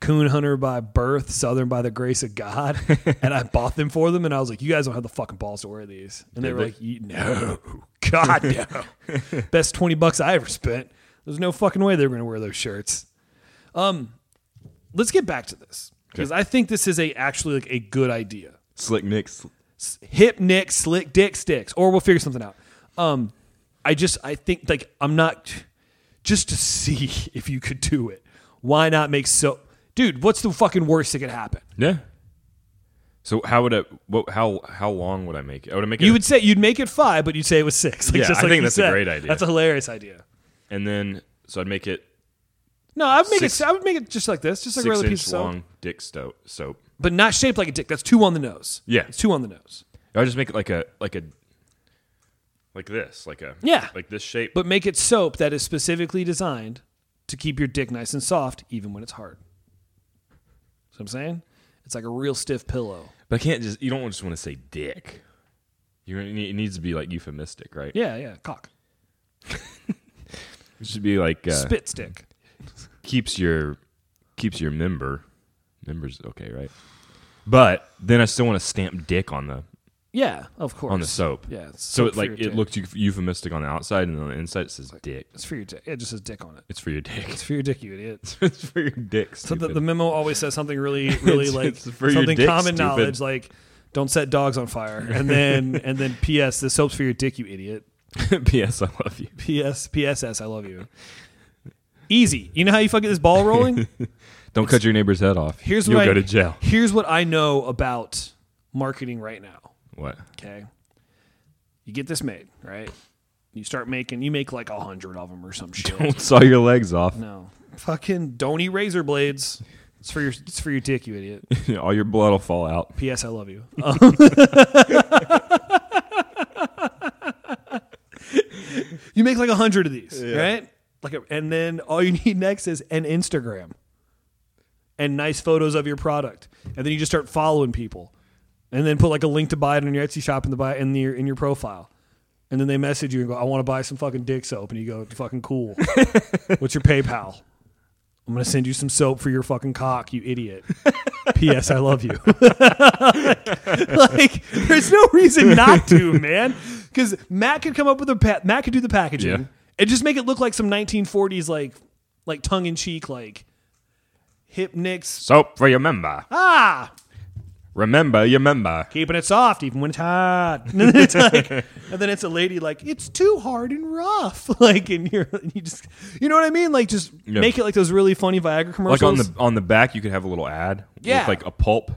Coon Hunter by birth, Southern by the grace of God," *laughs* and I bought them for them, and I was like, "You guys don't have the fucking balls to wear these," and they Did were they? like, "You- "No, *laughs* *laughs* God no, best twenty bucks I ever spent." There's no fucking way they were gonna wear those shirts. Um, let's get back to this because I think this is a actually like a good idea Slick Nick's. hip nick slick dick sticks or we'll figure something out um i just i think like i'm not just to see *laughs* if you could do it why not make so dude what's the fucking worst that could happen Yeah. So how would I? What, how how long would I make it? I would make it, You would say you'd make it five, but you'd say it was six. *laughs* Like, Yeah, just I like think you that's a said. great idea. That's a hilarious idea. and then so I'd make it No, I would make Six- it. I would make it just like this, just like a six regular piece of inch soap, long dick sto- soap. but not shaped like a dick. That's two on the nose. Yeah. it's two on the nose. I just make it like a like a like this, like a Yeah. like this shape. But make it soap that is specifically designed to keep your dick nice and soft, even when it's hard. See what I'm saying? It's like a real stiff pillow. But I can't just. You don't just want to say dick. You it ne- it needs to be like euphemistic, right? Yeah, yeah. Cock. It should be like uh, Spit stick. keeps your keeps your member members okay, right? But then I still want to stamp dick on the Yeah, of course. on the soap. Yeah. it's So soap it for like your it dick. looked eu- euphemistic on the outside, and on the inside it says dick. It's for your dick. It just says dick *laughs* on it. It's for your dick. It's for your dick, you idiot. it's for your dick. So the, stupid. the memo always says something really, really It's- like it's for your something dick, common stupid. knowledge, like don't set dogs on fire, *laughs* and then and then P.S. This soap's for your dick, you idiot. P.S. I love you. P.S. P.S.S. I love you. Easy. You know how you fucking get this ball rolling? Don't cut your neighbor's head off. Here's You'll what go I, to jail. Here's what I know about marketing right now. What? Okay, you get this made right. You start making. You make like a hundred of them or some shit. Don't saw your legs off. *laughs* No, fucking don't eat razor blades. It's for your. It's for your dick, you idiot. All your blood will fall out. P.S. I love *laughs* you. Um, you make like a hundred of these, right? Like, a, and then all you need next is an Instagram and nice photos of your product, and then you just start following people, and then put like a link to buy it in your Etsy shop in the buy in your in your profile. And then they message you and go, "I want to buy some fucking dick soap," and you go, "Fucking cool. What's your PayPal? I'm gonna send you some soap for your fucking cock, you *laughs* idiot." P.S. I love you. *laughs* like there's no reason not to, man. Because Matt could come up with a pa- Matt could do the packaging Yeah. and just make it look like some 1940s like like tongue in cheek like hip nicks. Soap for your member. Ah, Remember your member. keeping it soft even when it's hot. *laughs* And then it's like, and then it's a lady like it's too hard and rough. *laughs* Like and you're and you just you know what I mean? Like just Yeah. make it like those really funny Viagra commercials. Like on the on the back, you could have a little ad. Yeah. With like a pulp.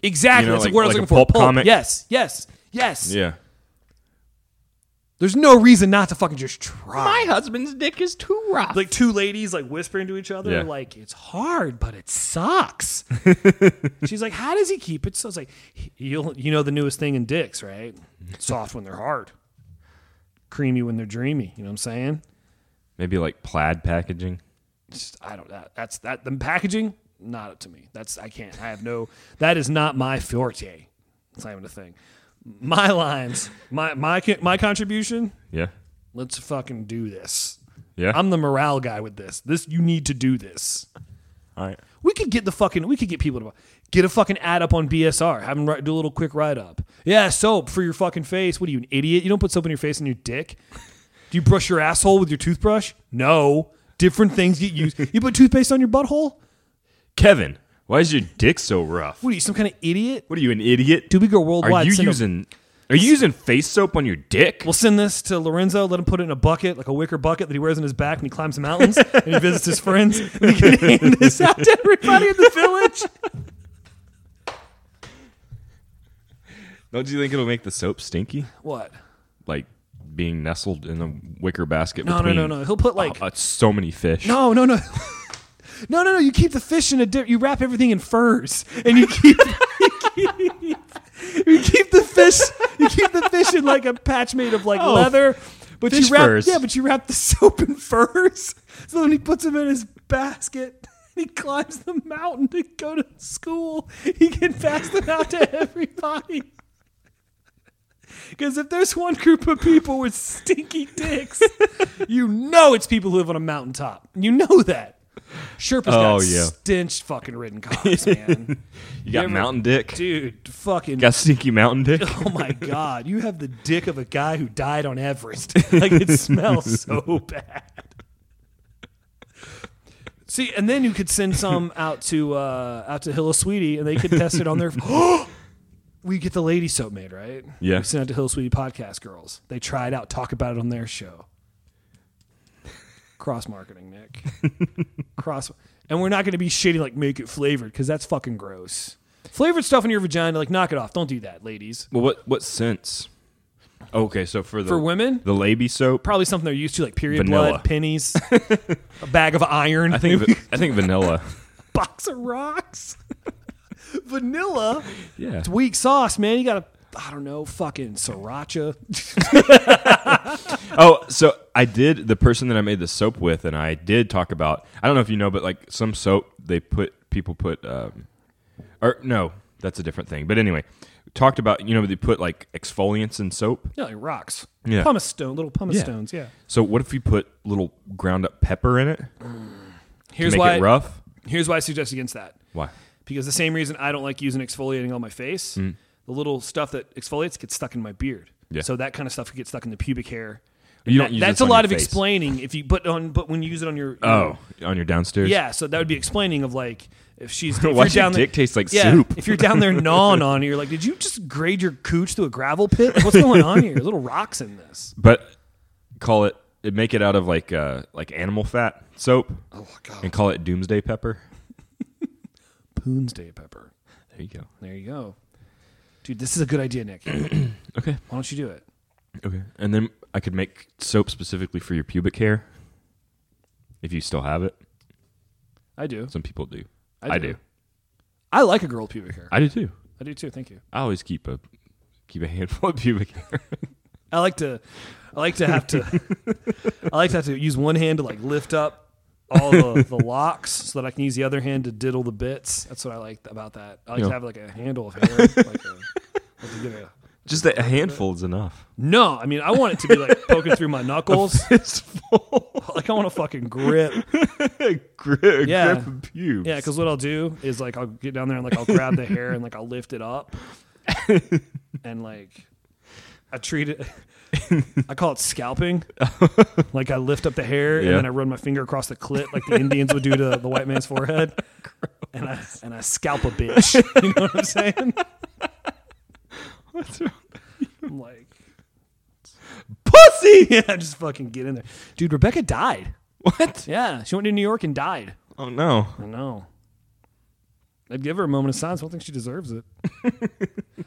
exactly you know, that's like- what I was like a looking for. pulp comic. Yes, yes, yes. Yeah. There's no reason not to fucking just try. husband's dick is too rough. like two ladies like whispering to each other Yeah. like it's hard but it *laughs* sucks she's like how does he keep it so it's like you you know the newest thing in dicks right soft when they're hard creamy when they're dreamy you know what i'm saying Maybe like plaid packaging. Just- i don't that, that's that the packaging not up to me that's i can't i have no that is not my forte it's not even a thing my lines my my my contribution Yeah. let's fucking do this Yeah. i'm the morale guy with this this you need to do this All right. We could get the fucking we could get people to get a fucking ad up on BSR. Have them write, do a little quick write up. Yeah, soap for your fucking face. What are you an idiot? You don't put soap in your face and your dick. Do you brush your asshole with your toothbrush? No. Different things get used. You put toothpaste on your butthole? Kevin, why is your dick so rough? What are you, some kind of idiot? What are you, an idiot? Do we go Are worldwide? you Send a- using Are you using face soap on your dick? We'll send this to Lorenzo. Let him put it in a bucket, like a wicker bucket that he wears in his back when he climbs the mountains and he visits his friends. *laughs* And he can hand this out to everybody in the village. Don't you think it'll make the soap stinky? What? Like being nestled in a wicker basket No, no, between no, no. He'll put like uh, uh, so many fish. No, no, *laughs* no. No, no, no! You keep the fish in a dip. You wrap everything in furs, and you keep, *laughs* you keep you keep the fish. You keep the fish in like a patch made of like leather, but Oh, fish you wrap furs. yeah, but you wrap the soap in furs. *laughs* So then he puts them in his basket. and He climbs the mountain to go to school. He can pass them out to everybody. Because if there's one group of people with stinky *laughs* dicks, you know it's people who live on a mountaintop. You know that. Sherpa's Oh, got yeah. stench fucking ridden *laughs* cocks, man. You got ever- mountain dick. Dude, fucking. Got stinky mountain dick. *laughs* oh my God. You have the dick of a guy who died on Everest. *laughs* Like, it smells so bad. See, and then you could send some out to uh, out to Hill of Sweetie, and they could test it on their. *gasps* we get the lady soap made, right? Yeah. We send out to Hill Sweetie podcast girls. They try it out, talk about it on their show. Cross marketing, Nick. Cross, and we're not going to be shitty like make it flavored because that's fucking gross. Flavored stuff in your vagina, like knock it off. Don't do that, ladies. Well, what what sense? Okay, so for the For women? the lady soap. Probably something they're used to, like period Vanilla. blood, pennies, a bag of iron, I *laughs* think va- I think vanilla. box of rocks, *laughs* vanilla. Yeah, It's weak sauce, man. You gotta, I don't know, fucking sriracha. Oh, so I did the person that I made the soap with, and I did talk about. I don't know if you know, but like some soap, they put people put, um, or no, that's a different thing. But anyway, talked about you know they put like exfoliants in soap. Yeah, like rocks. Yeah. Pumice stone, little pumice Yeah. stones. Yeah. So what if you put little ground up pepper in it to Here's make why. it rough? Here's why I suggest against that. Why? Because the same reason I don't like using exfoliating on my face, the little stuff that exfoliates gets stuck in my beard. Mm. Yeah. So that kind of stuff could get stuck in the pubic hair. You don't That- use that's this a on lot your of face. explaining if you but on but when you use it on your Oh, on your downstairs. Yeah, so that would be explaining of like *laughs* if she's if Why'd you're your down there- dick taste like Yeah, soup? If you're down *laughs* there gnawing on it, you're like, did you just grade your cooch through a gravel pit? Like, what's going on here? Little rocks in this. but call it it make it out of like uh like animal fat soap. Oh god. And call it doomsday pepper. Poonsday pepper. There you go. There you go. Dude, this is a good idea, Nick. Why *clears throat* Okay. don't you do it? Okay. And then I could make soap specifically for your pubic hair. If you still have it. I do. Some people do. I I do. do. I like a girl with pubic hair. I, I do too. do too. Thank you. I always keep a keep a handful of *laughs* pubic hair. I like to, I like to have to, I like to have to use one hand to like lift up all the, the locks so that I can use the other hand to diddle the bits. That's what I like about that. I like to Yeah. have like a handle of hair. like a, like to get a, Just a handful is enough. no, I mean I want it to be like poking through *laughs* my knuckles. It's full like I want a fucking grip. *laughs* grip, Yeah. grip of pubes. Yeah, because what I'll do is like I'll get down there and like I'll grab the hair and like I'll lift it up, and like I treat it. *laughs* I call it scalping. Like I lift up the hair Yeah. and then I run my finger across the clit like the Indians would do to the white man's forehead, and I and I scalp a bitch. *laughs* You know what I'm saying? I'm like pussy. *laughs* Yeah, just fucking get in there, dude. Rebecca died. *laughs* What? Yeah, she went to New York and died. Oh no. I know. I'd give her a moment of silence. I don't think she *laughs* deserves it.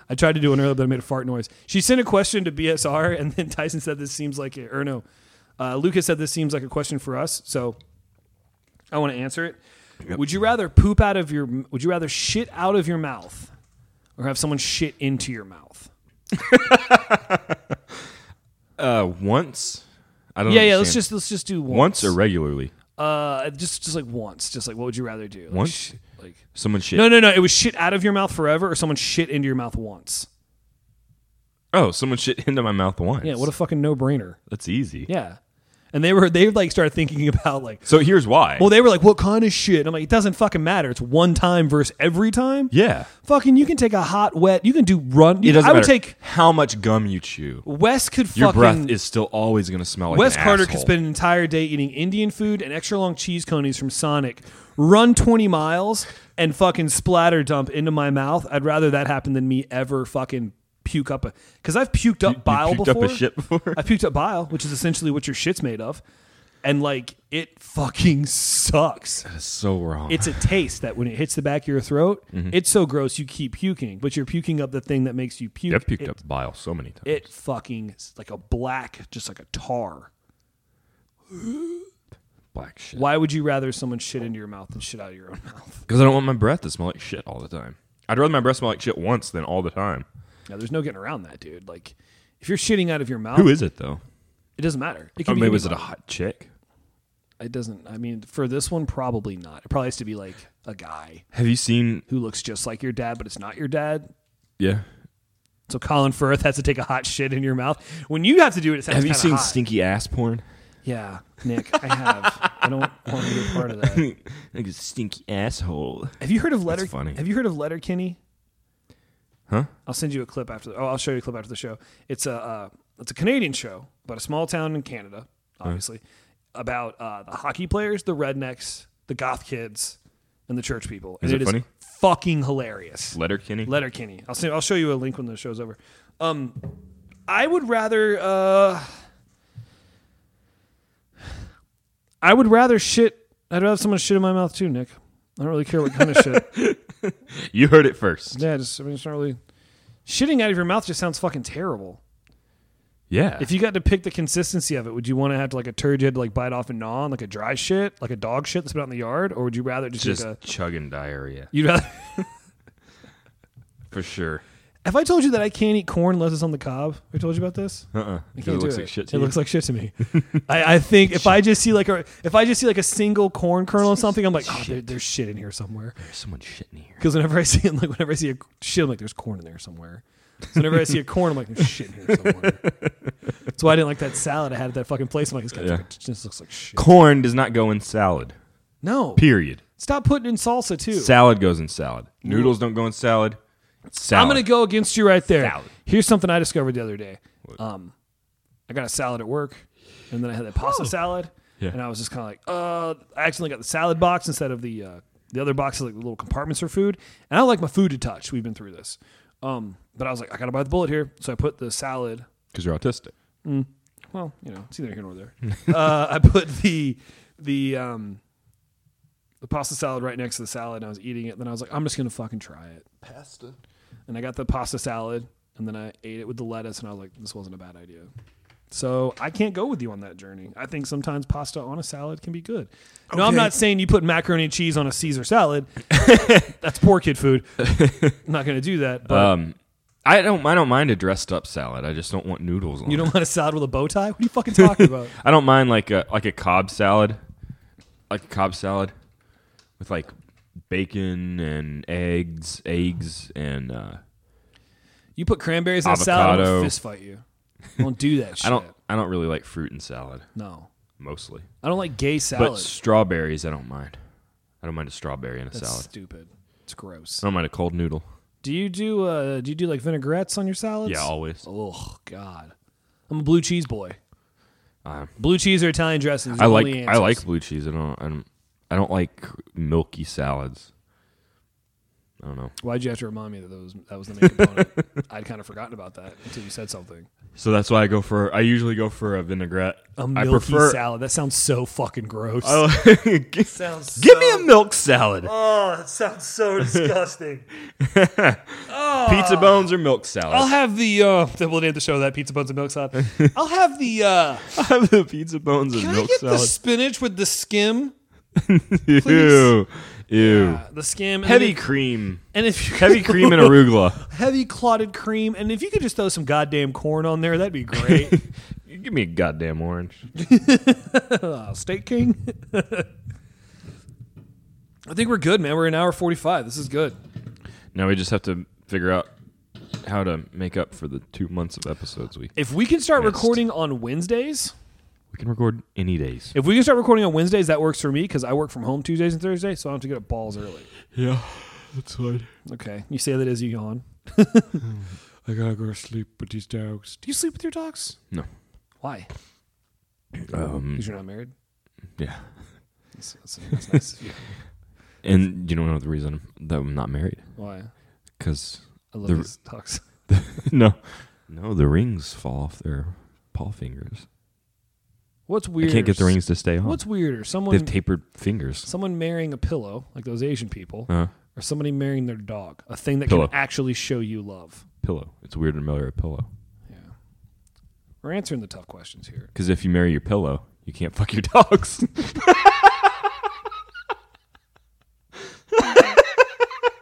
I tried to do one earlier, but I made a fart noise. She sent a question to BSR, and then *laughs* Tyson said this seems like a, or no, uh, Lucas said this seems like a question for us. So I want to answer it. Would you rather poop out of your? Would you rather shit out of your mouth, or have someone shit into your mouth? Uh once? I don't Yeah, yeah. Let's understand. just let's just do once once, or regularly. uh, just just like once, just like what would you rather do? Like, Once? sh- like Someone shit. no, no, no. It was shit out of your mouth forever, or someone shit into your mouth once. Oh, someone shit into my mouth once. Yeah, what a fucking no brainer. That's easy. Yeah. And they were they like started thinking about like So here's why. well, they were like, what kind of shit? I'm like, it doesn't fucking matter. It's one time versus every time. yeah. Fucking you can take a hot, wet, you can do run. It doesn't I would matter take how much gum you chew. Wes could Your fucking breath is still always going to smell like Wes an Carter asshole. could spend an entire day eating Indian food and extra long cheese conies from Sonic, run 20 miles, and fucking splatter dump into my mouth. I'd rather that happen than me ever fucking puke up a. Because I've puked up you bile puked up a before. shit before? *laughs* I puked up bile, which is essentially what your shit's made of. And like, it *sighs* fucking sucks. That's so wrong. It's a taste that when it hits the back of your throat, Mm-hmm. it's so gross you keep puking, but you're puking up the thing that makes you puke. I've puked It- up bile so many times. it fucking like a black, just like a tar. Black shit. Why would you rather someone shit into your mouth than shit out of your own mouth? Because I don't want my breath to smell like shit all the time. I'd rather my breath smell like shit once than all the time. Now, there's no getting around that, dude. Like, if you're shitting out of your mouth, Who is it though? it doesn't matter. It Oh, be maybe was it a anybody. hot chick? It doesn't. I mean, for this one, probably not. It probably has to be like a guy Have you seen? who looks just like your dad, but it's not your dad. Yeah. So Colin Firth has to take a hot shit in your mouth. When you have to do it, it sounds Have you kinda seen hot. stinky ass *laughs* porn? Yeah, Nick, I have. I don't want to be a part of that. like a stinky asshole. Have you heard of Letter? funny. Have you heard of Letter Kenny? Huh? I'll send you a clip after. The, oh, I'll show you a clip after the show. It's a uh, it's a Canadian show about a small town in Canada, obviously, about uh, the hockey players, the rednecks, the goth kids, and the church people. And Is it funny? fucking hilarious. Letter Kenny. Letterkenny. I'll send, I'll show you a link when the show's over. Um, I would rather uh, I would rather shit. I'd rather someone shit in my mouth too, Nick. I don't really care what kind of shit. You heard it first. Yeah, just I mean, it's not really. Shitting out of your mouth just sounds fucking terrible. Yeah. If you got to pick the consistency of it, would you want to have to like a turd you had to like bite off and gnaw on, like a dry shit, like a dog shit that's been out in the yard, or would you rather just, just like a chugging diarrhea you'd rather? *laughs* for sure. Have I told you that I can't eat corn unless it's on the cob? Have I told you about this? Uh uh I It can't do looks like shit. To it you. looks like shit to me. *laughs* I, I think if I just see like a if I just see like a single corn kernel or something, I'm like, oh, there, there's shit in here somewhere. There's someone shitting here. Because whenever I *laughs* see like whenever I see a shit, I'm like, there's corn in there somewhere. So whenever I see a corn, I'm like, there's shit in here *laughs* somewhere. That's why I didn't like that salad I had at that fucking place. I'm like, this, guy Yeah. just looks like shit. Corn does not go in salad. No, Period. stop putting in salsa too. Salad goes in salad. Noodles don't go in salad. It's salad. I'm gonna go against you right there. Salad. Here's something I discovered the other day. Um, I got a salad at work, and then I had that pasta salad, Oh. Yeah. and I was just kind of like, uh, I accidentally got the salad box instead of the uh, the other box is like the little compartments for food, and I don't like my food to touch. We've been through this, um, but I was like, I gotta buy the bullet here, so I put the salad. because you're autistic. Well, you know, it's either here or there. uh, I put the the um, the pasta salad right next to the salad, and I was eating it. Then I was like, I'm just gonna fucking try it. Pasta. and I got the pasta salad, and then I ate it with the lettuce, and I was like, this wasn't a bad idea. So I can't go with you on that journey. I think sometimes pasta on a salad can be good. No, I'm Okay. not saying you put macaroni and cheese on a Caesar salad. That's poor kid food. I'm not going to do that. But Um, I don't. I don't mind a dressed up salad. I just don't want noodles. On you it. don't want a salad with a bow tie? What are you fucking talking about? I don't mind like a like a cob salad, like a cob salad, with like bacon and eggs, eggs and uh, You put cranberries on a salad, I'm Avocado. going to fist fight you. Don't do that shit. *laughs* I don't. I don't really like fruit and salad No. mostly, I don't like gay but salad. strawberries I don't mind. I don't mind a strawberry in a That's salad. Oh. stupid. It's gross. I don't mind a cold noodle. Do you do uh do you do like vinaigrettes on your salads? yeah, always. Oh God, I'm a blue cheese boy. Um, Blue cheese or Italian dressing. Is the I like. Only I like answers. blue cheese. I don't. I don't. I don't like milky salads. I don't know. Why'd you have to remind me that that was that was the main component? *laughs* I'd kind of forgotten about that until you said something. So that's why I go for. I usually go for a vinaigrette. A I milky prefer. *laughs* Oh, salad. That sounds so fucking gross. give give me a milk salad. oh, that *laughs* sounds so disgusting. Ah. Pizza bones or milk salad. *laughs* I'll have the uh, *laughs* we'll name the show that pizza buns and milk salad. I'll have the uh, I'll have the pizza bones and can I milk get the salad. spinach with the skim, Uh, ew, ew. the skim and Heavy if- *laughs* cream. and if you Heavy cream and *laughs* arugula. heavy clotted cream, and if you could just throw some goddamn corn on there, that'd be great. *laughs* You Give me a goddamn orange. Uh, State King. *laughs* I think we're good, man. We're an hour forty-five. This is good. Now we just have to figure out how to make up for the two months of episodes we If we can start Missed. recording on Wednesdays, we can record any days. if we can start recording on Wednesdays, that works for me because I work from home Tuesdays and Thursdays, so I don't have to get up balls early. Yeah, that's fine. Okay, you say that as you yawn. I gotta go to sleep with these dogs. Do you sleep with your dogs? No. Why? Um, Because you're not married. yeah. That's, that's, that's *laughs* nice. of you. And you don't know the reason that I'm not married? Why? Because I love The- these dogs. *laughs* no, no, the rings fall off their paw fingers. What's weird? I can't get the rings to stay on. What's weirder? Someone They've tapered fingers. someone marrying a pillow like those Asian people, Uh, or somebody marrying their dog, a thing that Pillow. can actually show you love. pillow. It's weird to marry a pillow. Yeah. We're answering the tough questions here. Because if you marry your pillow, you can't *laughs* fuck your dogs.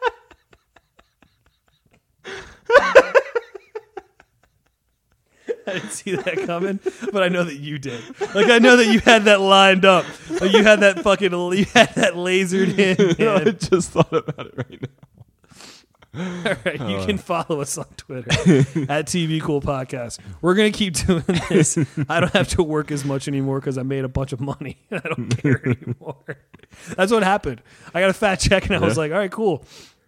*laughs* I didn't see that coming, but I know that you did. Like I know that you had that lined up. Like you had that fucking *laughs* you had that lasered in. *laughs* I man. just thought about it right now. *laughs* Uh. All right, you can follow us on Twitter *laughs* at TV Cool Podcast. We're gonna keep doing this. I don't have to work as much anymore because I made a bunch of money. *laughs* I don't *laughs* care anymore. That's what happened. I got a fat check and I was Yeah. like, all right, cool.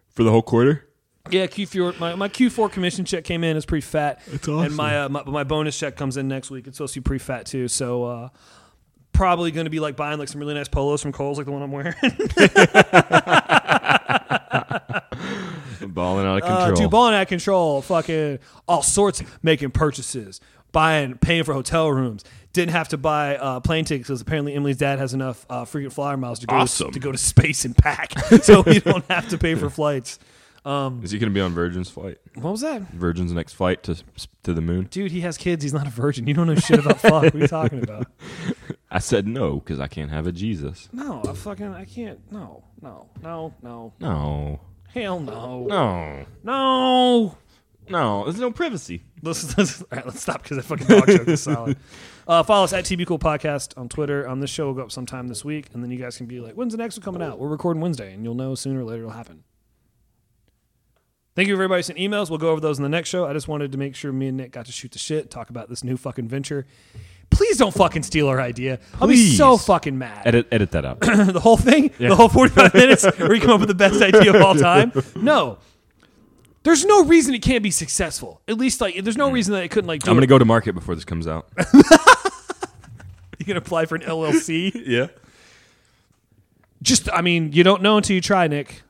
For the whole quarter? Yeah, Q4. My, my Q4 commission check came in. It's pretty fat. It's awesome. And my, uh, my my bonus check comes in next week. It's supposed to be pretty fat too. So uh, probably going to be like buying like some really nice polos from Kohl's, like the one I'm wearing. *laughs* *laughs* Balling out of uh, control. too balling out of control. Fucking all sorts, making purchases, buying, paying for hotel rooms, didn't have to buy uh, plane tickets because apparently Emily's dad has enough uh, freaking flyer miles to go, Awesome. to go to space and *laughs* back, so we don't have to pay for flights. Is he going to be on Virgin's flight? What was that? Virgin's next flight to to the moon? Dude, he has kids. He's not a virgin. You don't know shit about fuck. What are you talking about? I said no because I can't have a Jesus. No, I fucking, I can't. No, no, no, no. No, Hell no. no, No. no. There's no privacy. Let's, *laughs* let's, all right, let's stop because that fucking dog joke is solid. Uh, follow us at TB Cool Podcast on Twitter. Um, this show will go up sometime this week, and then you guys can be like, when's the next one coming out? We're recording Wednesday, and you'll know sooner or later it'll happen. Thank you, everybody, who sent emails. We'll go over those in the next show. I just wanted to make sure me and Nick got to shoot the shit, talk about this new fucking venture. Please don't fucking steal our idea. I'll be Please. so fucking mad. Edit edit that *coughs* out. *laughs* the whole thing, the whole 45 minutes, where you come up with the best idea of all time. No. There's no reason it can't be successful. At least, like, there's no reason that it couldn't, like, do I'm going it. to go to market before this comes out. you can apply for an *laughs* LLC. yeah. Just, I mean, you don't know until you try, Nick.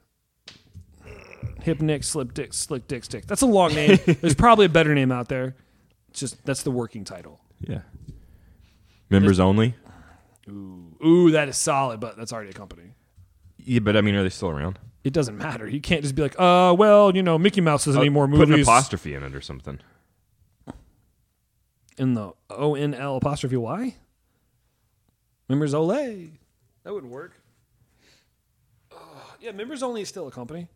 Hip Nick, Slip Dick, Slick Dick, Stick. That's a long name. there's probably a better name out there. It's just, that's the working title. Yeah. Members only. Ooh, that is solid, but that's already a company. Yeah, but I mean, are they still around? It doesn't matter. You can't just be like, uh, well, you know, Mickey Mouse doesn't need more Put an movies apostrophe in it or something. in the O N L apostrophe Y. Members Olay. That wouldn't work. Ugh, yeah, members only is still a company.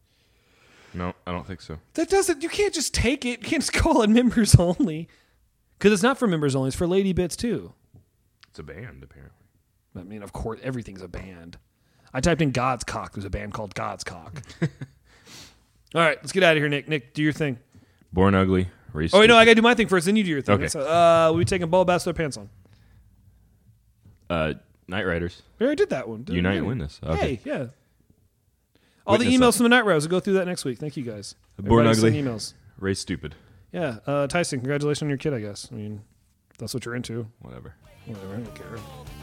No, I don't think so. That doesn't. You can't just take it. You can't just call it members only. Because it's not for members only. It's for lady bits too. It's a band, apparently. I mean, of course, everything's a band. I typed in God's Cock. There's a band called God's *laughs* Cock. All right, let's get out of here, Nick. Nick, do your thing. Born ugly. Raised Oh wait, no, I gotta do my thing first. Then you do your thing. Okay. So, uh, we taking ball bachelor pants on. uh, Night Riders. We already did that one. didn't Unite we? and witness. Okay. Hey, yeah. All the Witness emails us. from the night rows. We'll go through that next week. Thank you guys. Born Everybody send ugly. emails. Raised stupid. Yeah, uh, Tyson, congratulations on your kid. I guess. I mean, that's what you're into. Whatever. Whatever. I don't care.